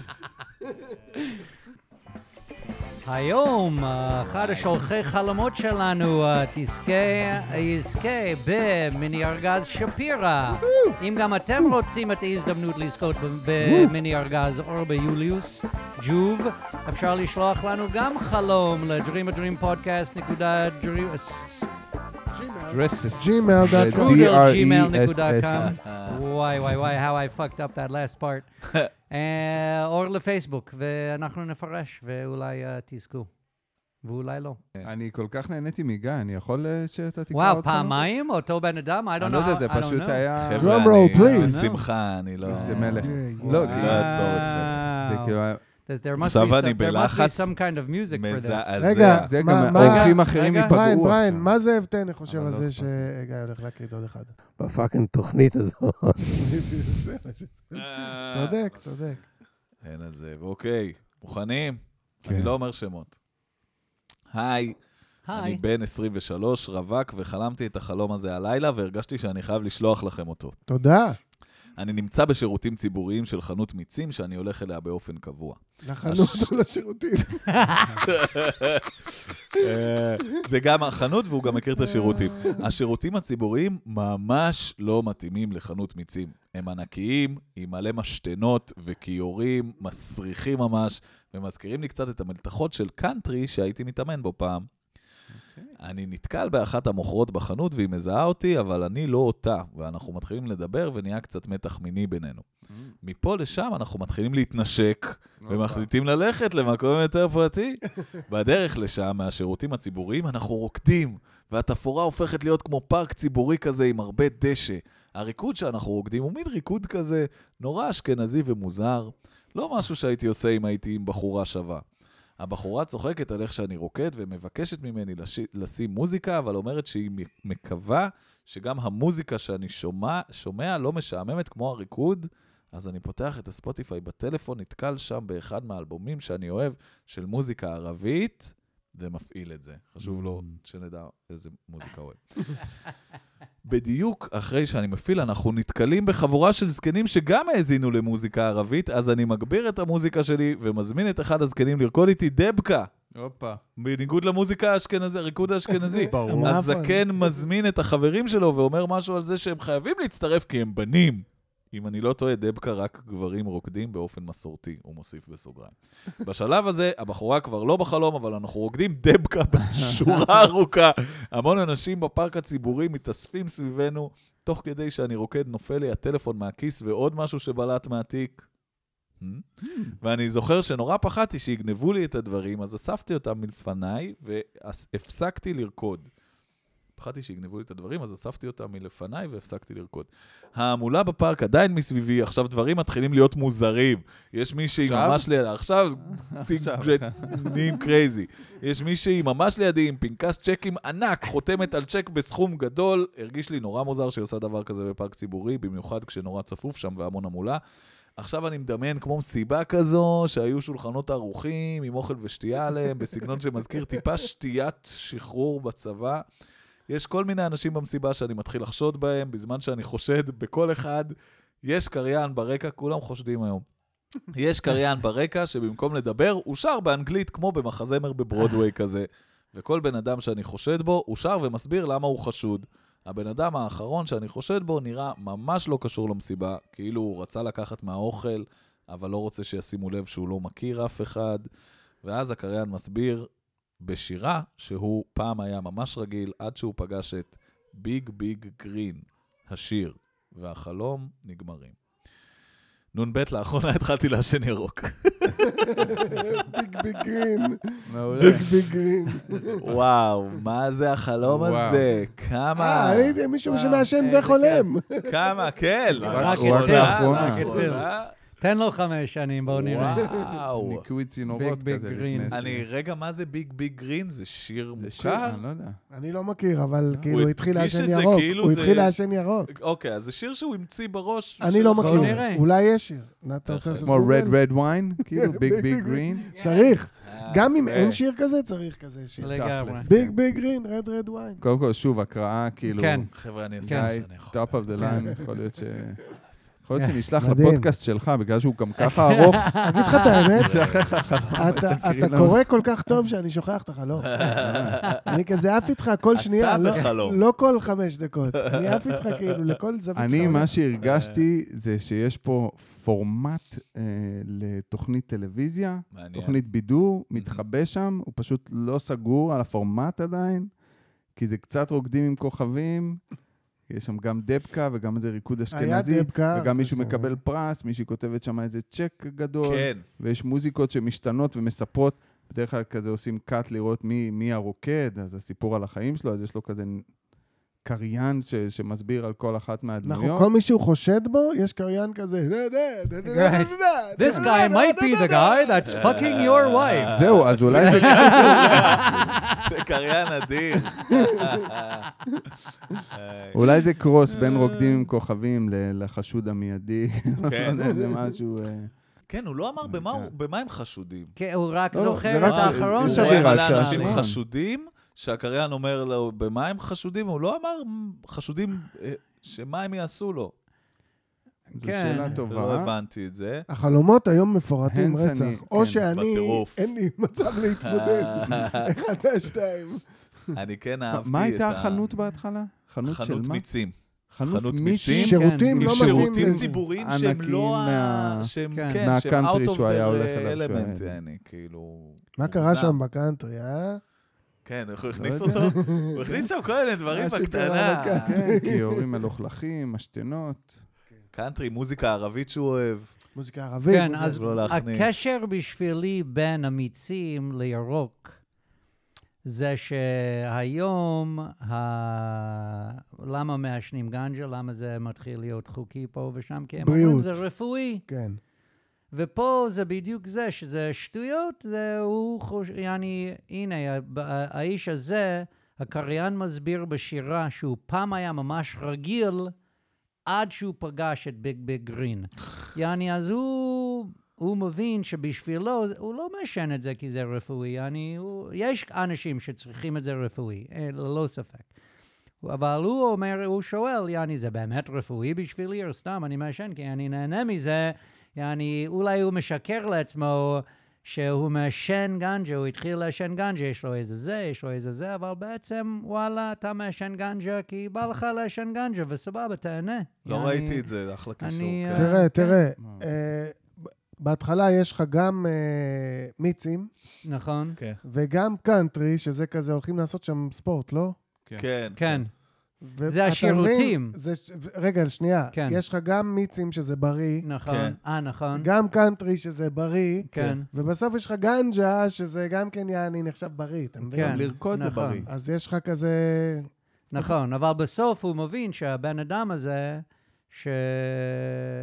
היום, אה, אחד השולחי חלומות שלנו, אה, תזכה, יזכה במיני ארגז שפירא. אם גם אתם רוצים את ההזדמנות לזכות ב- במיני ארגז או ביוליוס ג'וב, אפשר לשלוח לנו גם חלום לדרים הדרים פודקאסט נקודה אה, דרים... אה, Dresses. Gmail.com. gmail.com. וואי וואי וואי, how I fucked up that last part. אה, או לפייסבוק, ואנחנו נפרש, ואולי אה, תזכו. ואולי לא. אני כל כך נהניתי מגיא, אני יכול אה, שאתה תקרא אותך? וואו, פעמיים? אותו בן אדם? I don't know. אני לא יודע, זה I don't פשוט know. היה... חבר'ה, Drum roll, אני- please. בשמחה, אני לא... איזה מלך. Yeah, לא, אני כי לא אעצור אתכם. זה כאילו... היה- There- there must עכשיו be אני some- there must be בלחץ some kind of music for this. מזעזע. רגע, זה מה- גם מה- אורחים רגע, אחרים רגע. ייפגעו בריין, עכשיו. בריין, מה זה הבטן, אני חושב, אבל על לא זה אכפת שגיא הולך להקליט עוד אחד? בפאקינג תוכנית הזאת. צודק, צודק. אין על זה, אוקיי. מוכנים? כן. אני לא אומר שמות. היי, אני היי. בן 23, רווק, וחלמתי את החלום הזה הלילה, והרגשתי שאני חייב לשלוח לכם אותו. תודה. אני נמצא בשירותים ציבוריים של חנות מיצים, שאני הולך אליה באופן קבוע. לחנות או לשירותים. אה, זה גם החנות והוא גם מכיר את השירותים. השירותים הציבוריים ממש לא מתאימים לחנות מיצים. הם ענקיים, עם מלא משתנות וכיורים, מסריחים ממש, ומזכירים לי קצת את המלתחות של קאנטרי שהייתי מתאמן בו פעם. אני נתקל באחת המוכרות בחנות והיא מזהה אותי, אבל אני לא אותה, ואנחנו מתחילים לדבר ונהיה קצת מתח מיני בינינו. מפה לשם אנחנו מתחילים להתנשק, ומחליטים ללכת למקום יותר פרטי. בדרך לשם, מהשירותים הציבוריים, אנחנו רוקדים, והתפאורה הופכת להיות כמו פארק ציבורי כזה עם הרבה דשא. הריקוד שאנחנו רוקדים הוא מין ריקוד כזה נורא אשכנזי ומוזר, לא משהו שהייתי עושה אם הייתי עם בחורה שווה. הבחורה צוחקת על איך שאני רוקד ומבקשת ממני לש... לשים מוזיקה, אבל אומרת שהיא מ- מקווה שגם המוזיקה שאני שומע, שומע לא משעממת כמו הריקוד, אז אני פותח את הספוטיפיי בטלפון, נתקל שם באחד מהאלבומים שאני אוהב, של מוזיקה ערבית, ומפעיל את זה. חשוב לו שנדע איזה מוזיקה הוא אוהב. בדיוק אחרי שאני מפעיל, אנחנו נתקלים בחבורה של זקנים שגם האזינו למוזיקה ערבית, אז אני מגביר את המוזיקה שלי ומזמין את אחד הזקנים לרקוד איתי דבקה. הופה. בניגוד למוזיקה האשכנזי, הריקוד האשכנזי. ברור. הזקן מזמין את החברים שלו ואומר משהו על זה שהם חייבים להצטרף כי הם בנים. אם אני לא טועה, דבקה רק גברים רוקדים באופן מסורתי, הוא מוסיף בסוגריים. בשלב הזה, הבחורה כבר לא בחלום, אבל אנחנו רוקדים דבקה בשורה ארוכה. המון אנשים בפארק הציבורי מתאספים סביבנו, תוך כדי שאני רוקד נופל לי הטלפון מהכיס ועוד משהו שבלט מהתיק. Hmm? ואני זוכר שנורא פחדתי שיגנבו לי את הדברים, אז אספתי אותם מלפניי והפסקתי לרקוד. פחדתי שיגנבו לי את הדברים, אז אספתי אותם מלפניי והפסקתי לרקוד. ההמולה בפארק עדיין מסביבי, עכשיו דברים מתחילים להיות מוזרים. יש מישהי עכשיו? ממש ליד... עכשיו, things great, נהיים קרייזי. יש מישהי ממש לידי עם פנקס צ'קים ענק, חותמת על צ'ק בסכום גדול. הרגיש לי נורא מוזר שהיא עושה דבר כזה בפארק ציבורי, במיוחד כשנורא צפוף שם והמון המולה. עכשיו אני מדמיין כמו מסיבה כזו, שהיו שולחנות ערוכים עם אוכל ושתייה עליהם, בסגנון שמזכיר טיפה שתיית שחרור בצבא. יש כל מיני אנשים במסיבה שאני מתחיל לחשוד בהם, בזמן שאני חושד בכל אחד. יש קריין ברקע, כולם חושדים היום. יש קריין ברקע שבמקום לדבר, הוא שר באנגלית כמו במחזמר בברודוויי כזה. וכל בן אדם שאני חושד בו, הוא שר ומסביר למה הוא חשוד. הבן אדם האחרון שאני חושד בו נראה ממש לא קשור למסיבה, כאילו הוא רצה לקחת מהאוכל, אבל לא רוצה שישימו לב שהוא לא מכיר אף אחד. ואז הקריין מסביר בשירה שהוא פעם היה ממש רגיל, עד שהוא פגש את ביג ביג גרין, השיר, והחלום נגמרים. נ"ב, לאחרונה התחלתי לעשן ירוק. ביג ביג גרין, מעולה. ביג ביג גרין. וואו, מה זה החלום וואו. הזה? כמה, אה, ראיתי מישהו וואו, שמעשן איזה וחולם. כמה, כן. רק התחיל, לאחרונה, רק התחיל. לאחרונה. תן לו חמש שנים, בואו נראה. וואו. ניקוי צינורות ביג, ביג כזה גרין. לפני ש- אני, רגע, מה זה ביג ביג גרין? זה שיר זה שיר, מוכר? אה, אני לא יודע. אני לא מכיר, אבל כאילו הוא התחיל הדגיש לעשן את זה, ירוק. כאילו הוא זה- התחיל לעשן ירוק. אוקיי, אז זה כאילו שיר שהוא המציא בראש. אני לא של- בואו מכיר. נראה. אולי יש שיר. נא, אתה רוצה לעשות כמו רד גוגל? רד ווין, כאילו ביג ביג גרין. צריך. אה, אוקיי. גם אם יפה. אין שיר כזה, צריך כזה שיר. לגמרי. תכלס. ביג ביג גרין, רד רד ווין. קודם כל, שוב, הקראה, כאילו... כן. חבר'ה, אני גיא, עושה מה שאני יכול. טופ אוף דה ליין, יכול להיות ש... יכול להיות כן. שנשלח מדהים. לפודקאסט שלך, בגלל שהוא גם ככה ארוך. אה, אגיד לך את האמת, אתה- תזכירי אתה לנו. קורא כל כך טוב שאני שוכח את החלום. אני כזה עף איתך כל שנייה, לא- בחלום. לא כל חמש דקות. אני עף איתך כאילו לכל זווית שאתה אני, הולך. מה שהרגשתי זה שיש פה פורמט אה, לתוכנית טלוויזיה, מעניין. תוכנית בידור, Mm-hmm. מתחבא שם, הוא פשוט לא סגור על הפורמט עדיין, כי זה קצת רוקדים עם כוכבים, יש שם גם דבקה וגם איזה ריקוד אשכנזי, דבקה, אוקיי. וגם מישהו בסדר. מקבל פרס, מישהי כותבת שם איזה צ'ק גדול, כן. ויש מוזיקות שמשתנות ומספרות. בדרך כלל כזה עושים קאט לראות מי, מי הרוקד, אז הסיפור על החיים שלו, אז יש לו כזה קריין ש, שמסביר על כל אחת מהדמויות. נכון, כל מי שהוא חושד בו, יש קריין כזה. This guy might be the guy that's fucking your wife. זהו, אז אולי זה... אה, זה קריין אדיר. אולי זה קרוס אה. בין רוקדים עם כוכבים ל- לחשוד המיידי. כן. לא יודע, זה משהו... אה, כן, הוא לא אמר במה הוא- במה הם חשודים. כן, הוא רק לא, לא, זוכר זה את רק- האחרון. יש הוא אווירה, רואה מלא כשהאחרון. אנשים חשודים, שהקריין אומר לו במה הם חשודים, הוא לא אמר "מ, חשודים, אה, שמה הם יעשו לו. זו כן. שאלה לא טובה. הבנתי את זה. החלומות היום מפורטים הנס אני- רצח. כן, או שאני, בטירוף. אין לי מצב אה. להתמודד. אחד, שתיים. אני כן אהבתי את ה... מה הייתה החנות בהתחלה? חנות של חנות מה? מיצים. חנות חנות כן, מיצים? מיצים? שירותים עם לא מתאים שירותים לזה. ציבוריים שהם ענקיים לא ה... מה- שהם, כן. כן, שהם out מהקאנטרי of שהוא היה הולך their אליו שהוא element, היה. יעני, כאילו... מה קרה מוגזם. שם בקאנטרי, אה? כן, איך הוא הכניס לא יודע. אותו? הוא הכניס שם כל מיני דברים משהו בקטנה. קרה כן, כיורים מלוכלכים, משתנות. קאנטרי, מוזיקה ערבית שהוא אוהב. מוזיקה ערבית. כן, מוזיקה- אז לא להכניס. הקשר בשבילי בין המיצים לירוק זה שהיום, ה... למה מעשנים גנג'ה? למה זה מתחיל להיות חוקי פה ושם? כי הם אומרים בריאות. זה רפואי. כן. ופה זה בדיוק זה, שזה שטויות, זה הוא חושב, יעני, הנה, ה- ב- ה- האיש הזה, הקריין מסביר בשירה שהוא פעם היה ממש רגיל עד שהוא פגש את ביג ביג גרין. יעני, אז הוא, הוא מבין שבשבילו, זה- הוא לא מעשן את זה כי זה רפואי, יעני, הוא, יש אנשים שצריכים את זה רפואי, אה, ללא ספק. אבל הוא אומר, הוא שואל, יעני, זה באמת רפואי בשבילי, או סתם אני מעשן כי אני נהנה מזה, יעני, אולי הוא משקר לעצמו שהוא מעשן גנג'ה, הוא התחיל לעשן גנג'ה, יש לו איזה זה, יש לו איזה זה, אבל בעצם, וואלה, אתה מעשן גנג'ה כי בא לך לעשן גנג'ה, וסבבה, תהנה. לא יעני, ראיתי את זה, אחלה אני, קישור. כן. תראה, אה, כן. תראה, אה, ב- בהתחלה יש לך גם אה, מיצים נכון. כן. וגם קאנטרי, שזה כזה, הולכים לעשות שם ספורט, לא? אה, כן. כן. ו- זה אתה השירותים. מבין? זה ש- ו- רגע, שנייה. כן. יש לך גם מיצים שזה בריא, נכון. כן. אה, נכון. גם קאנטרי שזה בריא, כן. ובסוף יש לך גנג'ה, שזה גם כן יעני נחשב בריא, אתה מבין? כן. לרקוד זה נכון. בריא. אז יש לך כזה... נכון, אבל בסוף הוא מבין שהבן אדם הזה, ש...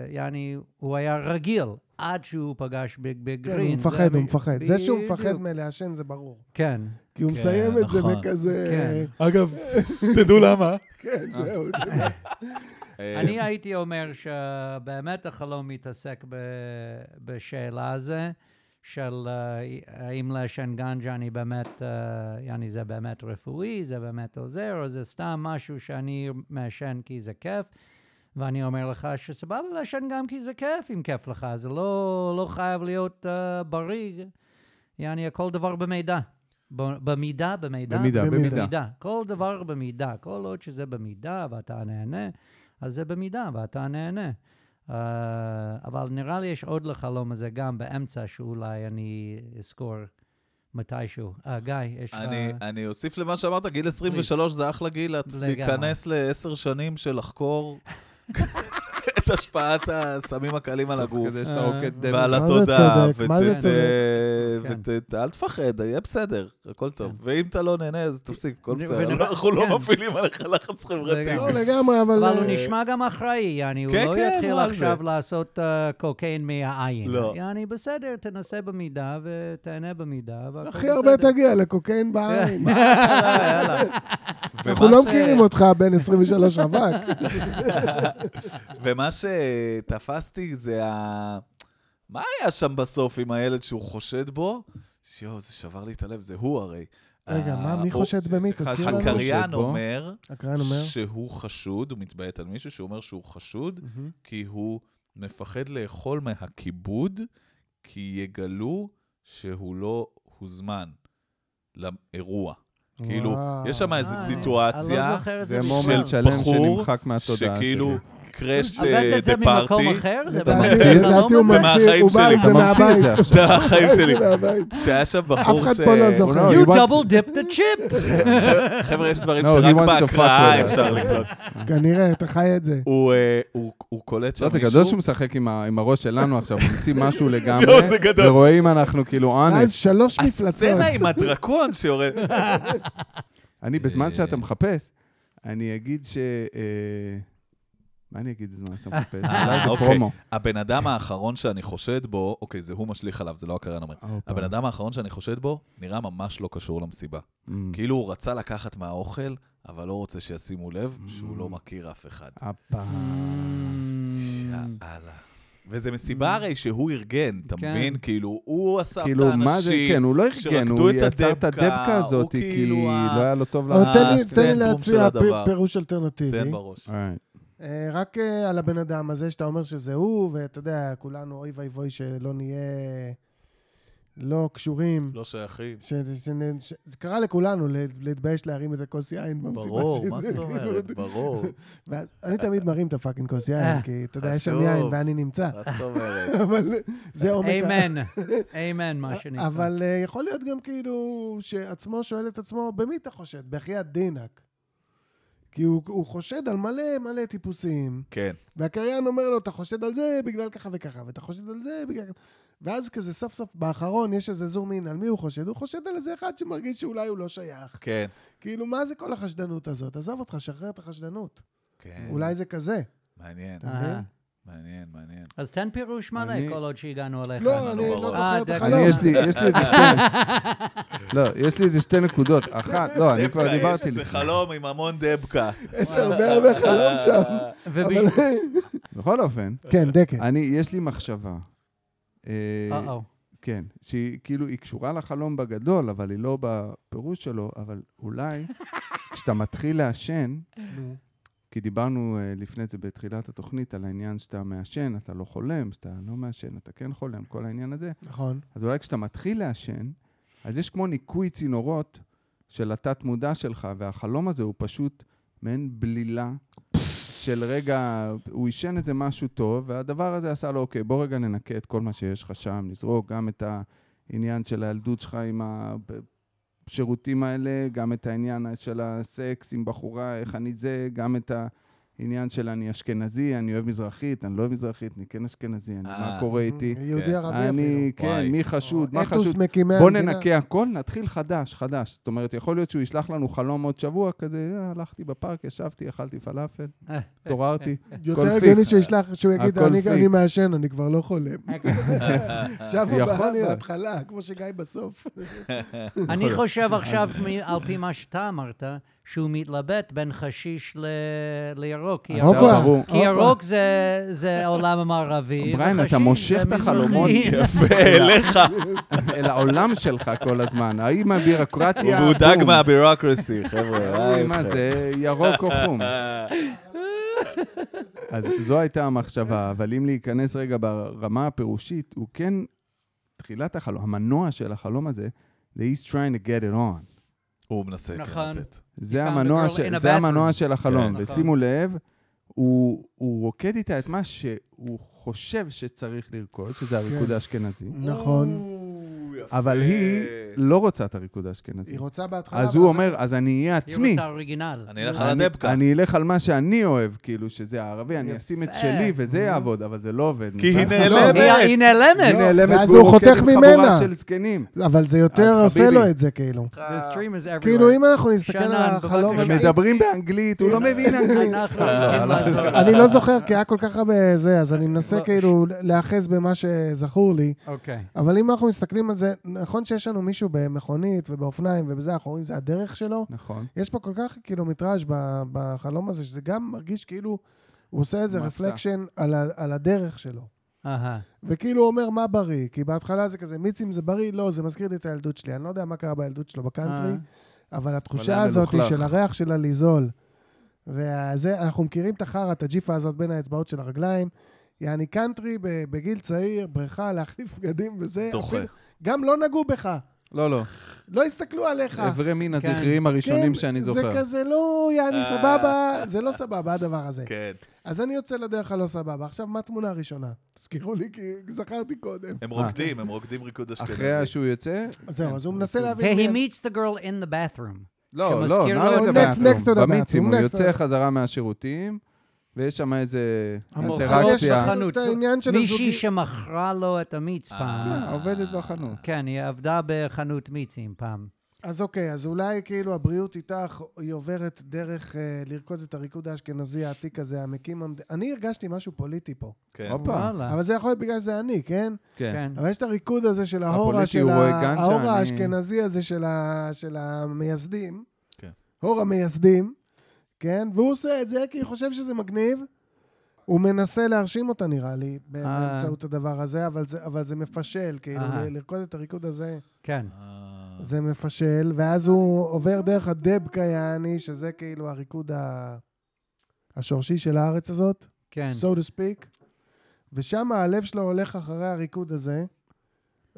יעני, הוא היה רגיל עד שהוא פגש ביג ביג כן, גרין. הוא זה מפחד, הוא ב- מפחד. זה שהוא מפחד בדיוק. מלעשן זה ברור. כן. כי הוא כן, מסיים את זה נכון. בכזה... כן. אגב, שתדעו למה. כן, זהו. אה. אני הייתי אומר שבאמת החלום מתעסק ב... בשאלה הזה, של אה, האם לעשן גנג'ה אני באמת, אה, יעני זה באמת רפואי, זה באמת עוזר, או זה סתם משהו שאני מעשן כי זה כיף. ואני אומר לך שסבבה לעשן גם כי זה כיף, אם כיף לך, זה לא, לא חייב להיות uh, בריא, יעני הכל דבר במידע. ב- במידה, במידע. במידה, במידה. במידה. במידה. כל דבר במידה. כל עוד שזה במידה ואתה נהנה, אז זה במידה ואתה נהנה. Uh, אבל נראה לי יש עוד לחלום הזה גם באמצע, שאולי אני אזכור מתישהו. Uh, גיא, יש לך... אני, אני אוסיף למה שאמרת, גיל 23 זה אחלה גיל, את אה. לגמרי. להיכנס לעשר שנים של לחקור את את השפעת הסמים הקלים על הגוף. כזה שאתה רוקד דרך. אה, ועל מה זה התודעה, צודק? מה זה ות- צודק? אה, כן. ות- אל תפחד, יהיה בסדר, הכל טוב. ואם אתה לא נהנה, אז תפסיק, הכל ו- בסדר. ונבח- אנחנו כן. לא מפעילים עליך לחץ חברתי. לא, לגמרי, אבל... אבל הוא נשמע גם אחראי, יעני, הוא כן, לא כן, יתחיל מה זה? עכשיו לעשות אה, קוקיין מהעין. לא. יעני, בסדר, תנסה במידה ותהנה במידה, והכל הכי הרבה בסדר. כן. תגיע לקוקיין בעין. יאללה, יאללה. אנחנו ומה לא ש- מכירים אותך, בן 23 רווק. ומה שתפסתי זה ה... מה היה שם בסוף עם הילד שהוא חושד בו? שיואו, זה שבר לי את הלב, זה הוא הרי. רגע, מה, ה- מי הוא- חושד במי? אחד תזכיר לנו. חנקרי. הקריין חושד בו? אומר הקריין אומר. שהוא חשוד, הוא מתביית על מישהו שהוא אומר שהוא חשוד, מהמם. כאילו, כי הוא מפחד לאכול מהכיבוד, כי יגלו שהוא לא הוזמן לאירוע. כאילו, וואו. יש שם איזו אה, אני סיטואציה לא זוכר את זה זה מומנט בכלל. של שלם בחור שנמחק מהתודעה שלי. שכאילו אה, קרש הבאת את זה דה ממקום פארטי. אחר? זה לא לדעתי- באמת ממציא? לדעתי הוא החלום זה ממציא, הוא בא הזה? מהחיים שלי. עם זה אתה ממציא את מהבית. זה עכשיו. זה החיים הוא בא עם שלי. זה מהבית. שהיה שם בחור ש... לא, אחד פה לא זוכר. הוא You He wants- double dip the chip. חבר'ה, יש דברים No, he שרק wants to fuck בהקראה with us. אפשר לקלוט. כנראה, אתה חי את זה. הוא, אה, הוא- הוא קולט שם לא, זה מישהו. גדול שהוא משחק עם ה- עם הראש שלנו עכשיו, הוא ממציא משהו לגמרי, יואו, זה גדול. ורואה אם אנחנו כאילו אז honest. שלוש מפלצות. הסצנה עם הדרקון שיורד. אני, אה. בזמן שאתה מחפש, אני אגיד ש... אה, מה אני אגיד בזמן שאתה מחפש? אה, אולי זה אוקיי. פרומו. הבן אדם האחרון שאני חושד בו, אוקיי, זה הוא משליך עליו, זה לא הקרן אומר. הופה. הבן אדם האחרון שאני חושד בו, נראה ממש לא קשור למסיבה. אמ, כאילו הוא רצה לקחת מהאוכל, אבל לא רוצה שישימו לב שהוא לא מכיר אף אחד. הפה. Mm. יאללה. וזה מסיבה הרי שהוא ארגן, אתה כן. מבין? כאילו, הוא אסף את האנשים. כאילו, מה זה, כן, הוא לא ארגן, שרקדו הוא את יצר את הדבקה, הדבקה הוא הזאת, כי כאילו ה- לא היה לו טוב אבל ל... אה, תן לי- תן לי הספקטרום אה, של להציע פ- הדבר. פירוש אלטרנטיבי. תן בראש. Alright. אה, רק אה, על הבן אדם הזה שאתה אומר שזה הוא, ואתה יודע, כולנו אוי ואי ואי שלא נהיה לא קשורים. לא שייכים. ש- ש- ש- זה קרה לכולנו, ל- להתבייש להרים את הכוס יין במסיבה ברור, שזה, מה זאת כאילו, אומרת? ברור. ואז- אני תמיד מרים את הפאקינג כוס יין, אה, כי אתה יודע, יש שם חשוב. יין ואני נמצא. מה זאת אומרת? אבל זה עומק... ה- אמן, אמן, מה שנקרא. אבל אה, יכול להיות גם כאילו שעצמו שואל את עצמו, במי אתה חושד? בחייאת דינק. כי הוא, הוא חושד על מלא מלא טיפוסים, כן. והקריין אומר לו, אתה חושד על זה בגלל ככה וככה, ואתה חושד על זה בגלל ככה. ואז כזה סוף סוף, באחרון יש איזה זום אין, על מי הוא חושד? הוא חושד על איזה אחד שמרגיש שאולי הוא לא שייך. כן. כאילו, מה זה כל החשדנות הזאת? עזוב אותך, שחרר את החשדנות. כן. אולי זה כזה. מעניין, אתה מבין? אה. מעניין, מעניין. אז תן פירוש מלא אני- כל עוד שהגענו אליך. לא, אני ברור. לא זוכר אה, את דקה. החלום. אני, יש לי יש לי איזה שתי... לא, יש לי איזה שתי נקודות. אחת, לא, אני כבר יש דיברתי איזה לפני. חלום עם המון דבקה. אה, יש הרבה הרבה חלום שם. ובש- בכל אופן, כן, דקה. אני, יש לי מחשבה. אה, אה-או. כן, שהיא כאילו, היא קשורה לחלום בגדול, אבל היא לא בפירוש שלו, אבל אולי כשאתה מתחיל לעשן, כי דיברנו אה, לפני זה בתחילת התוכנית על העניין שאתה מעשן, אתה לא חולם, שאתה לא מעשן, אתה כן חולם, כל העניין הזה, נכון. אז אולי כשאתה מתחיל לעשן, אז יש כמו ניקוי צינורות של התת-מודע שלך, והחלום הזה הוא פשוט מעין בלילה של רגע, הוא עישן איזה משהו טוב, והדבר הזה עשה לו, אוקיי, בוא רגע ננקה את כל מה שיש לך שם, נזרוק גם את העניין של הילדות שלך עם השירותים האלה, גם את העניין של הסקס עם בחורה, איך אני זה, גם את ה... עניין של אני אשכנזי, אני אוהב מזרחית, אני לא אוהב מזרחית, אני כן אשכנזי, אני, מה אה. קורה איתי? יהודי כן. ערבי אפילו. אה, אני, כן, וואי. מי חשוד, מה אתוס חשוד. מקימי בוא המדינה. ננקה הכל, נתחיל חדש, חדש. זאת אומרת, יכול להיות שהוא ישלח לנו חלום עוד שבוע, כזה, "אה, הלכתי בפארק, ישבתי, אכלתי פלאפל, התעוררתי. יותר הכל הגיוני פיקס. שהוא ישלח, שהוא יגיד, הכל "אני- פיקס. אני מעשן, אני כבר לא חולם. אוקיי. אה, עכשיו הוא יכול בא להיות. בהתחלה, כמו שגיא בסוף. אני חושב עכשיו, מ- על פי מה שאתה אמרת, שהוא מתלבט בין חשיש ל- לירוק. כי הופה, ירוק- ברור. כי ירוק זה- זה העולם המערבי, בריין, אתה וחשיש מושך זה את החלומות. כן. מזרחי. ואליך, אל העולם שלך כל הזמן, האם הבירוקרטיה... הוא מודאג בום. מהבירוקרסי, חבר'ה. אוי, אה, מה יפה. זה, ירוק או חום. אז זו הייתה המחשבה, אבל אם להיכנס רגע ברמה הפירושית, הוא כן, תחילת החלום, המנוע של החלום הזה, זה he's trying to get it on. הוא מנסה כן נכון. לתת. זה found a המנוע, girl ש... in a זה המנוע bathroom. של החלום, כן. ושימו לב, הוא, הוא רוקד איתה את מה שהוא חושב שצריך לרקוד, שזה הריקוד האשכנזי, אה. נכון. או, יפה. אבל היא אה, לא רוצה את הריקוד האשכנזי. היא רוצה בהתחלה... אז אבל הוא אחר אומר, אז אני אהיה היא עצמי. רוצה אוריגינל. אני אלך על אני- הדבקה. אני אלך על מה שאני אוהב, כאילו, שזה הערבי, אני אשים את שלי וזה יעבוד, אבל זה לא עובד. כי היא מותר. נעלמת. היא- אה, היא היא נעלמת. נעלמת, ואז והוא הוא רוקד חותך עם חבורה ממנה. של זקנים. אבל זה יותר אז עושה חביבי. לו את זה, כאילו. The stream is everywhere. כאילו, אם אנחנו נסתכל על שנן, החלום... בבקשה. הזה- מדברים באנגלית, הוא לא מבין אנגלית. אנחנו צריכים לעזור. אני לא זוכר, כי היה כל כך הרבה זה, אז אני מנסה לא. כאילו להיאחז במה שזכור לי. אוקיי. אבל אם אנחנו מסתכלים על זה, נכון שיש לנו מישהו במכונית ובאופניים ובזה, אנחנו רואים, זה הדרך שלו. נכון. יש פה כל כך קילומטראז' ב- בחלום הזה, שזה גם מרגיש כאילו הוא עושה איזה מסע. רפלקשן על, ה- על הדרך שלו. אהה. וכאילו הוא אומר מה בריא, כי בהתחלה זה כזה, מיצים זה בריא? לא, זה מזכיר לי את הילדות שלי. אני לא יודע מה קרה בילדות שלו אה. בקאנטרי, אבל התחושה היה הזאת מלוכלך. של הריח שלה לזול. וזה, אנחנו מכירים את החרא, את הג'יפה הזאת בין האצבעות של הרגליים. יעני קאנטרי ב- בגיל צעיר, בריכה, להחליף בגדים וזה. דוחה. אפילו- גם לא נגעו בך, לא, לא. לא הסתכלו עליך. איברי מין כן. הזכריים הראשונים כן, שאני זה זוכר. כזה לא, יעני אה. סבבה, זה לא סבבה הדבר הזה. כן. אז אני יוצא לדרך הלא סבבה. עכשיו, מה התמונה הראשונה? תזכירו לי, כי זכרתי קודם. הם רוקדים, הם רוקדים ריקוד אה. אחרי אשכנזי. שהוא יוצא... אז זהו, אז הוא מנסה להבין... מי He אני. meets the girl in the bathroom. לא, לא, שמזכיר לו- נא Next- לדבר. next to the במיצים, bathroom, הוא next to יוצא the- חזרה מהשירותים, ויש שם איזה... אז- המוכרות אז יש אינסרציה. לך- בחנות. את העניין של מישהי הזוגי- אה, שמכרה לו את המיץ פעם. כן, עובדת בחנות. כן, היא עבדה בחנות מיצים פעם. אז אוקיי, אז אולי כאילו הבריאות איתך, היא עוברת דרך אה, לרקוד את הריקוד האשכנזי העתיק הזה, המקים... המד- אני הרגשתי משהו פוליטי פה. כן. הופה. וואלה. אבל זה יכול להיות בגלל שזה אני, כן? כן. כן. אבל יש את הריקוד הזה של ההורה הפוליטי של הוא רואה ה- גנצ'ה, ההורה אני- האשכנזי הזה של ה- של המייסדים. כן. הור המייסדים, כן? והוא עושה את זה כי הוא חושב שזה מגניב. הוא מנסה להרשים אותה, נראה לי, אה. באמצעות הדבר הזה, אבל זה- אבל זה מפשל, כאילו, אה. ל- לרקוד את הריקוד הזה, כן. זה מפשל, ואז הוא עובר דרך הדבקה, יעני, שזה כאילו הריקוד ה- השורשי של הארץ הזאת. כן. so to speak, ושם הלב שלו הולך אחרי הריקוד הזה,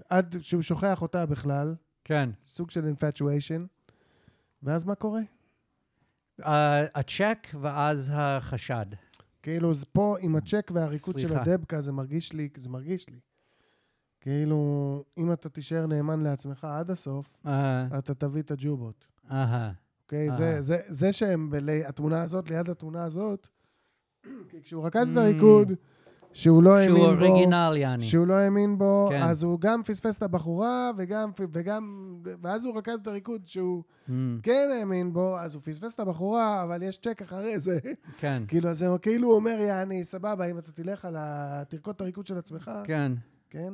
עד שהוא שוכח אותה בכלל, כן. סוג של infatuation, ואז מה קורה? אה, הצ'ק ואז החשד. כאילו, זה פה עם הצ'ק והריקוד של סליחה. הדבקה, זה מרגיש לי, זה מרגיש לי. כאילו, אם אתה תישאר נאמן לעצמך עד הסוף, אה, אתה תביא את הג'ובות. אהה. אוקיי? אה. זה, זה, זה שהם, בלי, התמונה הזאת ליד התמונה הזאת, כי כשהוא רקד את הריקוד, שהוא לא האמין Mm. שהוא בו... אוריגינל, יעני. שהוא לא האמין בו, כן. כן. אז הוא גם פספס את הבחורה, וגם, וגם, ואז הוא רקד את הריקוד שהוא אמ, כן האמין בו, אז הוא פספס את הבחורה, אבל יש צ'ק אחרי זה. כן. כאילו, אז הוא כאילו הוא אומר, יעני, סבבה, אם אתה תלך על ה... תרקוד את הריקוד של עצמך, כן? כן. כן?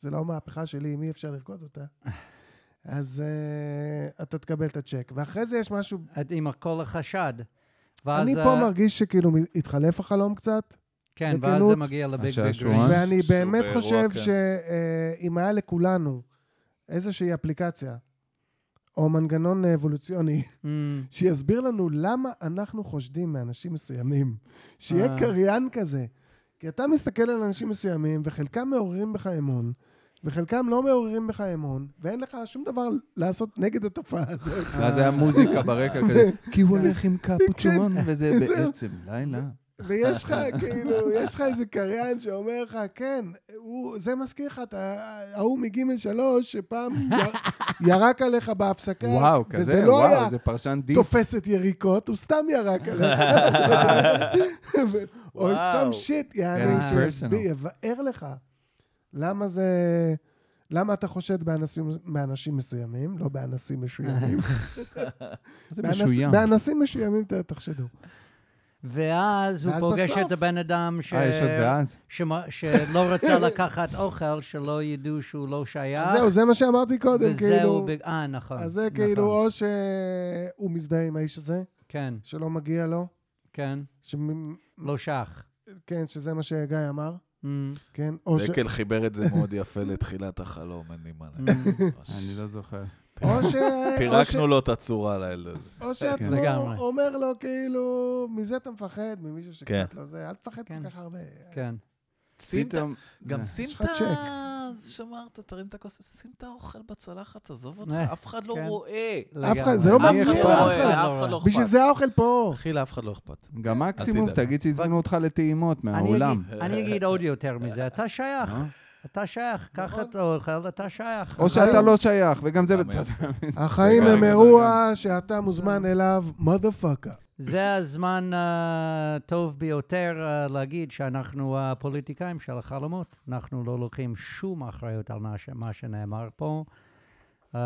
זה לא מהפכה שלי, אם אי אפשר לרקוד אותה. אז uh, אתה תקבל את הצ'ק. ואחרי זה יש משהו... את- עם הכל החשד. ואז, אני אה, פה מרגיש שכאילו התחלף החלום קצת, כן, ואז זה בכנות. מגיע לביג ביג השעשועון. ריינג. ואני שהוא באמת באירוע, חושב כן. שאם היה לכולנו איזושהי אפליקציה, או מנגנון אבולוציוני, אמ, שיסביר לנו למה אנחנו חושדים מאנשים מסוימים. אה. שיהיה קריין כזה. כי אתה מסתכל על אנשים מסוימים, וחלקם מעוררים בך אמון, וחלקם לא מעוררים בך אמון, ואין לך שום דבר לעשות נגד התופעה הזאת. ואז היה מוזיקה ברקע כזה. כן. כי הוא הולך עם קפוצ'ון, וזה בעצם לילה. ויש לך, כאילו, יש לך איזה קריין שאומר לך, כן, הוא, זה מזכיר לך את ה- ההוא מגימל שלוש, שפעם יר- ירק עליך בהפסקה. וואו, וזה כזה, לא היה וואו, זה פרשן דיפ. תופסת יריקות, הוא סתם ירק עליך. או וואו. סם שיט, כן, יעני, impersonal. שיסביר, יבאר לך. למה זה... למה אתה חושד באנשים, באנשים מסוימים, לא באנסים מסוימים. זה באנס- משוים. באנסים מסוימים ת- תחשדו. ואז הוא ואז פוגש בסוף- את הבן אדם ש... אה, יש עוד ואז? שמ- שלא רצה לקחת אוכל, שלא ידעו שהוא לא שייך. אז זהו, זה מה שאמרתי קודם, וזהו, כאילו... ב- אה, נכון. אז זה נכון. כאילו, או שהוא מזדהה עם האיש הזה, כן, שלא מגיע לו, כן. שמ- לא שח. כן, שזה מה שגיא אמר, אמ, כן, או אוקיי. ש... דקל חיבר את זה מאוד יפה לתחילת החלום, אין לי מה אמ, להגיד. ממש. אני לא זוכר. או ש... או ש- פירקנו לו את הצורה לילד הזה. או שעצמו לגמרי. אומר לו, כאילו, מזה אתה מפחד, ממישהו כן. שקצת לא זה, אל תפחד כן. כל כך הרבה. כן. פתאום... גם זה- שים אה, יש לך את צ'ק. ה... שמרת, תרים את הכוס, שים את האוכל בצלחת, תעזוב אותך, אה, אף אחד לא כן. רואה. אף אחד- לגמרי. זה לא אף אחד מעניין לא אף רואה, אחד. לאף אחד לא בשביל אכפת. זה האוכל פה. אחי, לאף אחד לא אכפת. גם מקסימום, תדאג. תגיד שהזמינו אותך לטעימות אני מהאולם. אה? אגיד- אני אגיד עוד יותר מזה, אתה שייך. אתה שייך, קח אותו, חייל, אתה שייך. או שאתה לא שייך, וגם זה למה בצד. החיים זה הם גם- אירוע שאתה מוזמן אליו, מודה פאקה. זה הזמן אה, הטוב ביותר אה, להגיד שאנחנו הפוליטיקאים של החלומות. אנחנו לא לוקחים שום אחריות על מה ש- מה שנאמר פה. אה,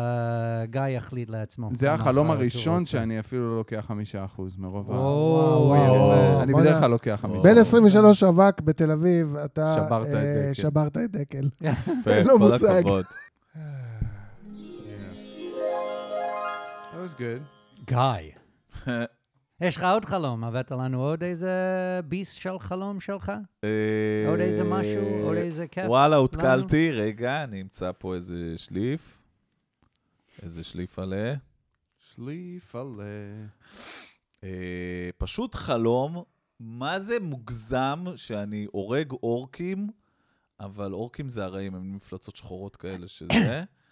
גיא יחליט לעצמו. זה כמה החלום אחריות הוא הראשון רוצה. שאני אפילו לא לוקח חמישה אחוז מרוב ה... וואו, וואו, אני בוא'נה. בדרך כלל לוקח חמישה. כן. בן 23 רווק בתל אביב, אתה שברת את אה, דקל. שברת את דקל. יפה, אין לו כל מושג. הכבוד. That was good. גיא. יש לך עוד חלום, הבאת לנו עוד איזה ביס של חלום שלך? אה, עוד איזה משהו, עוד איזה כיף. לא, וואלה, הותקלתי. רגע, אני אמצא פה איזה שליף. איזה שליף עלה. שליף עלה. אה, פשוט חלום, מה זה מוגזם שאני הורג אורקים, אבל אורקים זה הרעים, הם מפלצות שחורות כאלה שזה,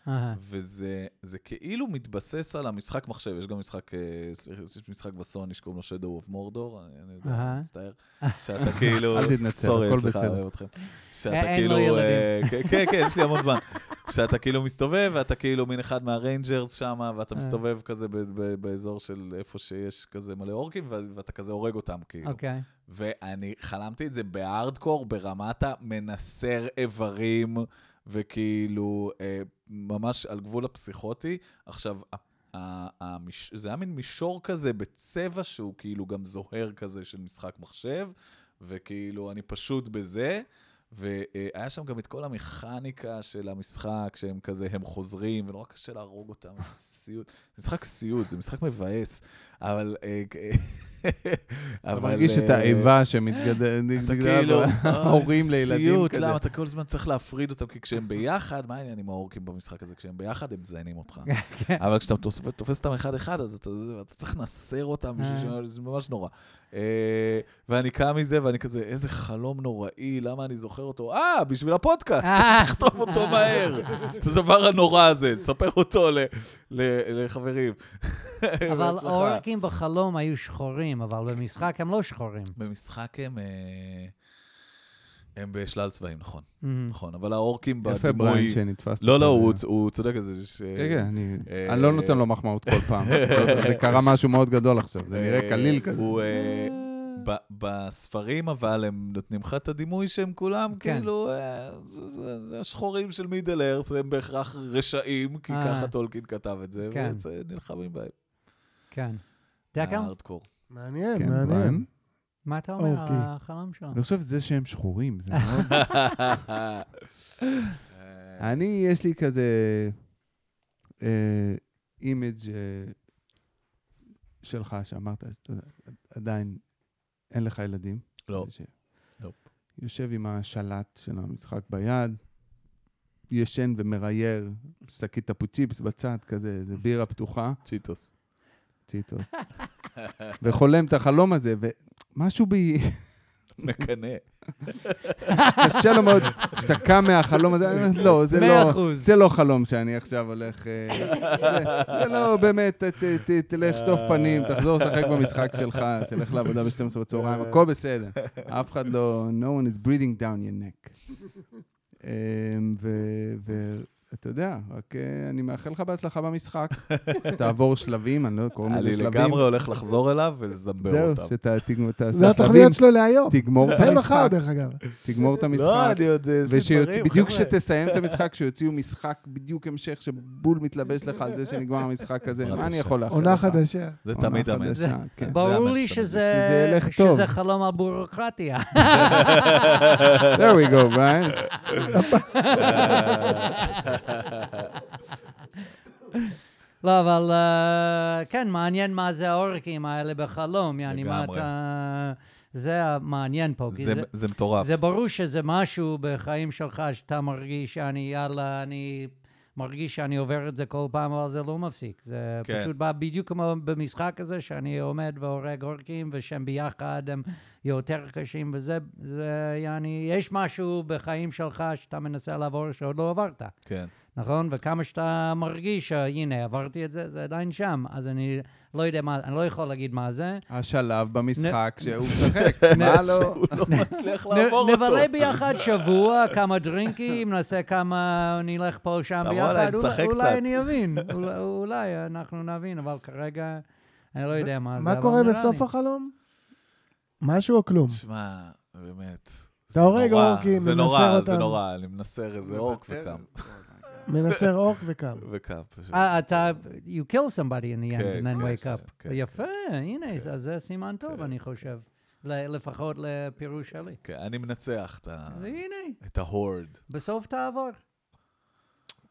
אהה. וזה זה כאילו מתבסס על המשחק מחשב, יש גם משחק, אה, ס- יש משחק בסוני שקוראים לו Shadow of Mordor, אני- אני יודע, אהה. אני מצטער, שאתה כאילו, אל תתנצל, Sorry, הכל סליחה, בסדר. אוהב אתכם. שאתה אין כאילו, לו אה, כן, כן, כן, יש לי המון זמן. שאתה כאילו מסתובב, ואתה כאילו מין אחד מהריינג'רס שם, ואתה אה. מסתובב כזה ב- ב- באזור של איפה שיש כזה מלא אורקים, ו- ואתה כזה הורג אותם, כאילו. אוקיי. ואני חלמתי את זה בהארדקור, ברמת המנסר איברים, וכאילו, אה, ממש על גבול הפסיכוטי. עכשיו, ה- ה- המש... זה היה מין מישור כזה בצבע שהוא כאילו גם זוהר כזה של משחק מחשב, וכאילו, אני פשוט בזה. והיה שם גם את כל המכניקה של המשחק, שהם כזה, הם חוזרים, ונורא קשה להרוג אותם, זה סיוט. משחק סיוט, זה משחק מבאס, אבל... אה, אתה מרגיש את אה, האיבה שמתגדלת אתה כאילו, ההורים "אוי, לילדים סיוט, כזה. למה אתה כל הזמן צריך להפריד אותם? כי כשהם ביחד, מה העניין עם האורקים במשחק הזה? כשהם ביחד, הם מזיינים אותך. כן. אבל כשאתה תופס- תופס אותם אחד-אחד, אז אתה אתה צריך לנסר אותם בשביל ש... זה ממש נורא. אה, ואני קם מזה, ואני כזה, איזה חלום נוראי, למה אני זוכר אותו? אה, בשביל הפודקאסט, אה. תכתוב אותו מהר. את הדבר הנורא הזה, תספר אותו ל- ל- לחברים. אבל בהצלחה. אורקים בחלום היו שחורים, אבל במשחק הם לא שחורים. במשחק הם... אה, הם בשלל צבעים, נכון. אה. מהמם. נכון, אבל האורקים יפה בריין בדימוי... שנתפסת. לא, לא, בזה. הוא- הוא צודק על זה. ש- כן, כן, אני- אה, אני לא נותן לו מחמאות כל פעם. זה- זה קרה משהו מאוד גדול עכשיו, זה נראה אה, קליל כזה. הוא, אה, ב- בספרים, אבל הם נותנים לך את הדימוי שהם כולם, כן. כאילו, אה, זה- זה זה השחורים של מידל ארת, הם בהכרח רשעים, כי אה. ככה טולקין כתב את זה, כן. ונלחמים בהם. כן. אה, דקל, הארדקור. מעניין, כן, אה, בריין. מעניין. מה אתה אומר על אוקיי. החלום שלו? אני חושב זה שהם שחורים, זה מאוד... אה, כן. אני, יש לי כזה אה, אימג' אה, שלך, שאמרת, אז אתה יודע, עדיין אין לך ילדים. לא, ש- לא. יושב עם השלט של המשחק ביד, ישן ומראייר שקית טפו צ'יפס בצד, כזה, איזה בירה פתוחה, צ'יטוס. ציטוס. וחולם את החלום הזה, ומשהו בי... מקנא. קשה לו מאוד, כשאתה קם מהחלום הזה, אני אומר, לא, זה מאה לא, אחוז. זה לא חלום שאני עכשיו הולך... אה, זה- זה לא, באמת, ת- ת- ת- תלך שטוף פנים, תחזור לשחק במשחק שלך, תלך לעבודה ב-12 בצהריים, הכל בסדר. אף אחד לא, no one is breathing down your neck. אמ, ו- ואתה יודע, רק אה, אני מאחל לך בהצלחה במשחק. תעבור שלבים, אני לא יודע, קוראים לזה אני שלבים. לגמרי הולך לחזור אליו ולזמבר זהו, אותם. שתעשה זה שלבים, התוכניות שלו להיום. תגמור את ומחר, המשחק, דרך אגב. תגמור את המשחק. לא, אני עוד... אה, יש לי דברים, ובדיוק חבר'ה. כשתסיים את המשחק, שיוציאו משחק בדיוק המשך, שבול מתלבש לך על זה שנגמר המשחק הזה, בעזרת מה אני השם. יכול לאחל לך? עונה חדשה. זה עונה תמיד אמן. חדשה, כן. ברור האמת לי שאתה מבין. שזה שזה ילך שזה טוב. חלום על בורוקרטיה. There we go, Brian. לא, אבל אה, כן, מעניין מה זה העורקים האלה בחלום, יעני, מה לגמרי. אתה... זה המעניין פה, כי זה- זה- זה מטורף. זה ברור שזה משהו בחיים שלך שאתה מרגיש שאני, יאללה, אני מרגיש שאני עובר את זה כל פעם, אבל זה לא מפסיק. זה כן. פשוט בא בדיוק כמו במשחק הזה, שאני עומד והורג עורקים, ושהם ביחד הם יותר קשים, וזה, זה, יעני, יש משהו בחיים שלך שאתה מנסה לעבור שעוד לא עברת. כן. נכון? וכמה שאתה מרגיש, אה, הנה, עברתי את זה, זה עדיין שם. אז אני לא יודע מה, אני לא יכול להגיד מה זה. השלב במשחק שהוא משחק, מה לא? הוא לא מצליח נ- לעבור אותו. נבלה ביחד שבוע, כמה דרינקים, נעשה כמה, נלך פה, שם אתה וואלה, ביחד. נשחק אולי- קצת. אולי אני אבין, אולי- אולי אנחנו נבין, אבל כרגע אני לא יודע מה זה. מה אבל קורה נראה בסוף לי. החלום? משהו או כלום? תשמע, באמת. אתה הורג נורא, אורקים, זה נורא, מנסר זה אותם, נורא, אני מנסר איזה אורק וקם. מנסר אורק וקם. וקם, פשוט. אה, אתה, you kill somebody in the end כן, and then כן, wake כן, up. כן, יפה, הנה, אז זה סימן טוב, אני חושב. ל- לפחות לפירוש שלי. כן, אני מנצח את ה- אז הנה, את ההורד. בסוף תעבור.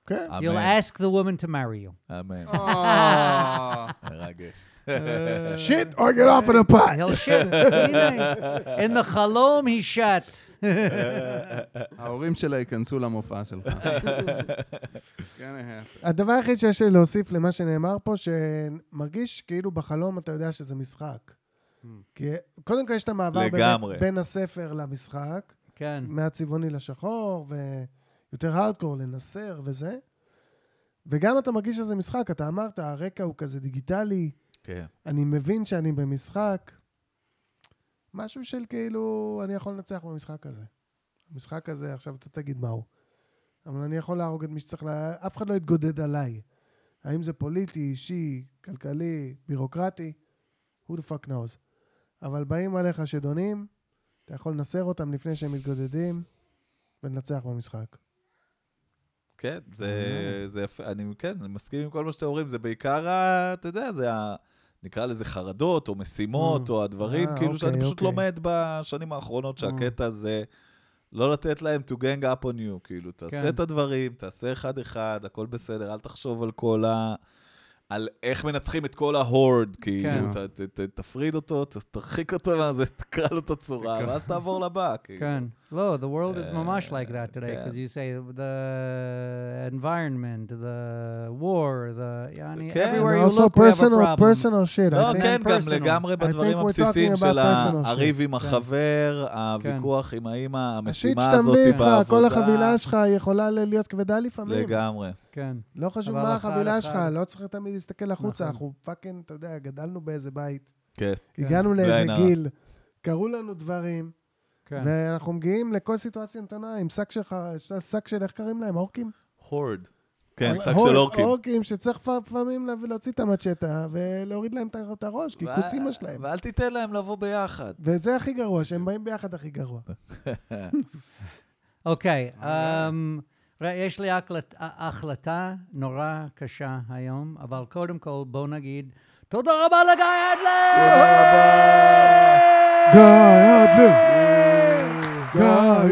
כן. You'll אמן, ask the woman to marry you. אמן. אה, מרגש. אה, שיט, or get off of the pot. he'll shit. הנה, in the חלום he shot. ההורים שלה ייכנסו למופע שלך. אה. כן, הדבר היחיד שיש לי להוסיף למה שנאמר פה, שמרגיש כאילו בחלום אתה יודע שזה משחק. Hmm. כי קודם כל יש את המעבר באמת לגמרי. בין הספר למשחק, כן. מהצבעוני לשחור, ויותר הארדקור לנסר וזה. וגם אתה מרגיש שזה משחק, אתה אמרת, הרקע הוא כזה דיגיטלי, כן. אני מבין שאני במשחק. משהו של כאילו, אני יכול לנצח במשחק הזה. המשחק הזה, עכשיו אתה תגיד מה הוא. אבל אני יכול להרוג את מי שצריך, לה... אף אחד לא יתגודד עליי. האם זה פוליטי, אישי, כלכלי, בירוקרטי? who the fuck knows. אבל באים עליך שדונים, אתה יכול לנסר אותם לפני שהם מתגודדים, ולנצח במשחק. כן, זה, זה יפה, אני, כן, אני מסכים עם כל מה שאתם אומרים, זה בעיקר, ה- אתה יודע, זה ה... נקרא לזה חרדות, או משימות, או הדברים, אה, כאילו אוקיי, שאני פשוט אוקיי. אה. לומד בשנים האחרונות שהקטע זה לא לתת להם to gang up on you, כאילו, תעשה כן. את הדברים, תעשה אחד-אחד, הכל בסדר, אל תחשוב על כל ה... על איך מנצחים את כל ההורד, כאילו, כן. ת, ת, ת, תפריד אותו, ת, תרחיק אותו מהזה, תקרא לו את הצורה, ואז תעבור לבא, כאילו. Kan. Lo, כן. לא, the world is mamash like that today כן. because you say the environment, the war, the yani, כן. everywhere And you also look we have a personal, problem. personal shit, לא, I think. כן, גם personal. לגמרי I בדברים think we're הבסיסיים talking של about ה- personal shit. הריב עם כן. החבר, הוויכוח עם האימא, השיט המשימה שאתה הזאת מביא איתך, בעבודה. כל החבילה שלך יכולה ל- להיות כבדה לפעמים. לגמרי. Kan. לא חשוב אבל מה אחד, החבילה אחד. שלך, לא צריך תמיד להסתכל החוצה, נכון. אנחנו פאקינג, אתה יודע, גדלנו באיזה בית, כן, הגענו ואין לאיזה הרע. גיל, קרו לנו דברים, Kan. ואנחנו מגיעים לכל סיטואציה נתונה עם שק שלך, שק של, איך קוראים להם? אורקים? הורד. כן, שק הור- של אורקים. אורקים שצריך לפעמים לה- להוציא את המצ'טה ולהוריד להם את הראש, כי ו- כוסימה שלהם. ואל תיתן להם לבוא ביחד. וזה הכי גרוע, שהם באים ביחד הכי גרוע. אוקיי, אמ, ראה, יש לי הקלט- ה- החלטה נורא קשה היום, אבל קודם כל בואו נגיד תודה רבה לגיא אה. אדלר! גיא אדלר!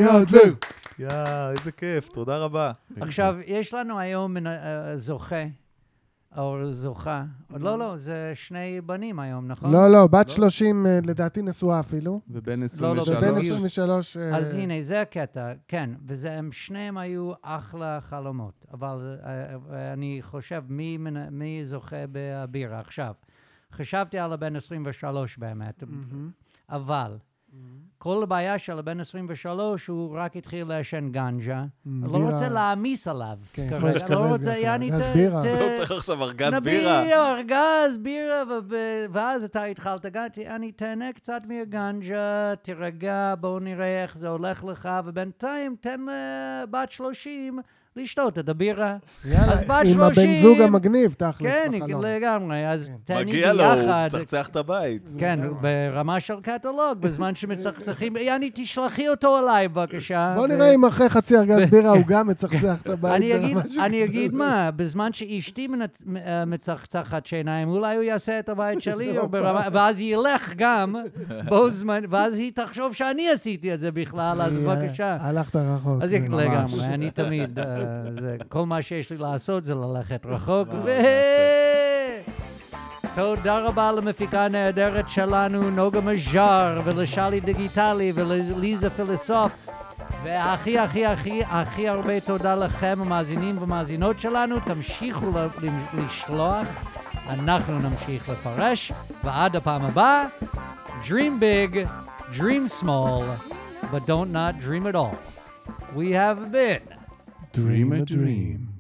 גיא אדלר! יא, איזה כיף, תודה רבה. עכשיו, יש לנו היום מנ- אה, זוכה, או זוכה, לא, לא, זה שני בנים היום, נכון? לא, לא, בת 30 אה, לדעתי נשואה אפילו. ובן לא, לא, 23. ובן גיל. 23... אה, אז הנה, זה הקטע, כן, והם שניהם היו אחלה חלומות, אבל אה, אה, אני חושב, מי, מנ- מי זוכה בבירה עכשיו? חשבתי על הבן 23 באמת, Mm-hmm. אבל כל הבעיה של הבן 23, הוא רק התחיל לעשן גנג'ה, אני לא Mm-hmm. בירה. רוצה להעמיס עליו כן, יכול כרגע, להיות לא שכבד רוצה, גם שם, יעני, גז ת- בירה. ת- לא צריך עכשיו ארגז נביא בירה. ארגז בירה, ו- ו- ואז אתה התחלת, "גדי, אני תהנה קצת מהגנג'ה, תירגע, בואו נראה איך זה הולך לך, ובינתיים תן לבת 30 לשתות את הבירה. אז בת עם הבן 30, זוג המגניב, תכלס, כן, בחלום. כן. לגמרי, אז תהני מגיע לו, הוא ביחד. מצחצח את הבית. כן, ברמה של קטלוג, בזמן שמצחצחים, יעני, תשלחי אותו אליי, בבקשה. בוא ו- נראה אם אחרי חצי ארגז בירה הוא גם מצחצח את הבית. אני אגיד, ברמה של- אני אגיד מה, בזמן שאשתי מנת- מ- אה, מצחצחת שיניים, אולי הוא יעשה את הבית שלי, או ברמה- ואז ילך גם, בו זמן, ואז היא תחשוב שאני עשיתי את זה בכלל, אז אה, בבקשה. הלכת רחוק. אז אה, היא- לגמרי, אני תמיד, אה, זה- כל מה שיש לי לעשות זה ללכת רחוק, ו... תודה רבה למפיקה הנהדרת שלנו, נוגה מז'אר, ולשלי דיגיטלי, ולליזה פילוסוף, והכי הכי הכי הכי הרבה תודה לכם, המאזינים והמאזינות שלנו, תמשיכו ל- ל- לשלוח, אנחנו נמשיך לפרש, ועד הפעם הבאה, Dream big, dream small, but don't not dream at all. We have been. Dream a dream.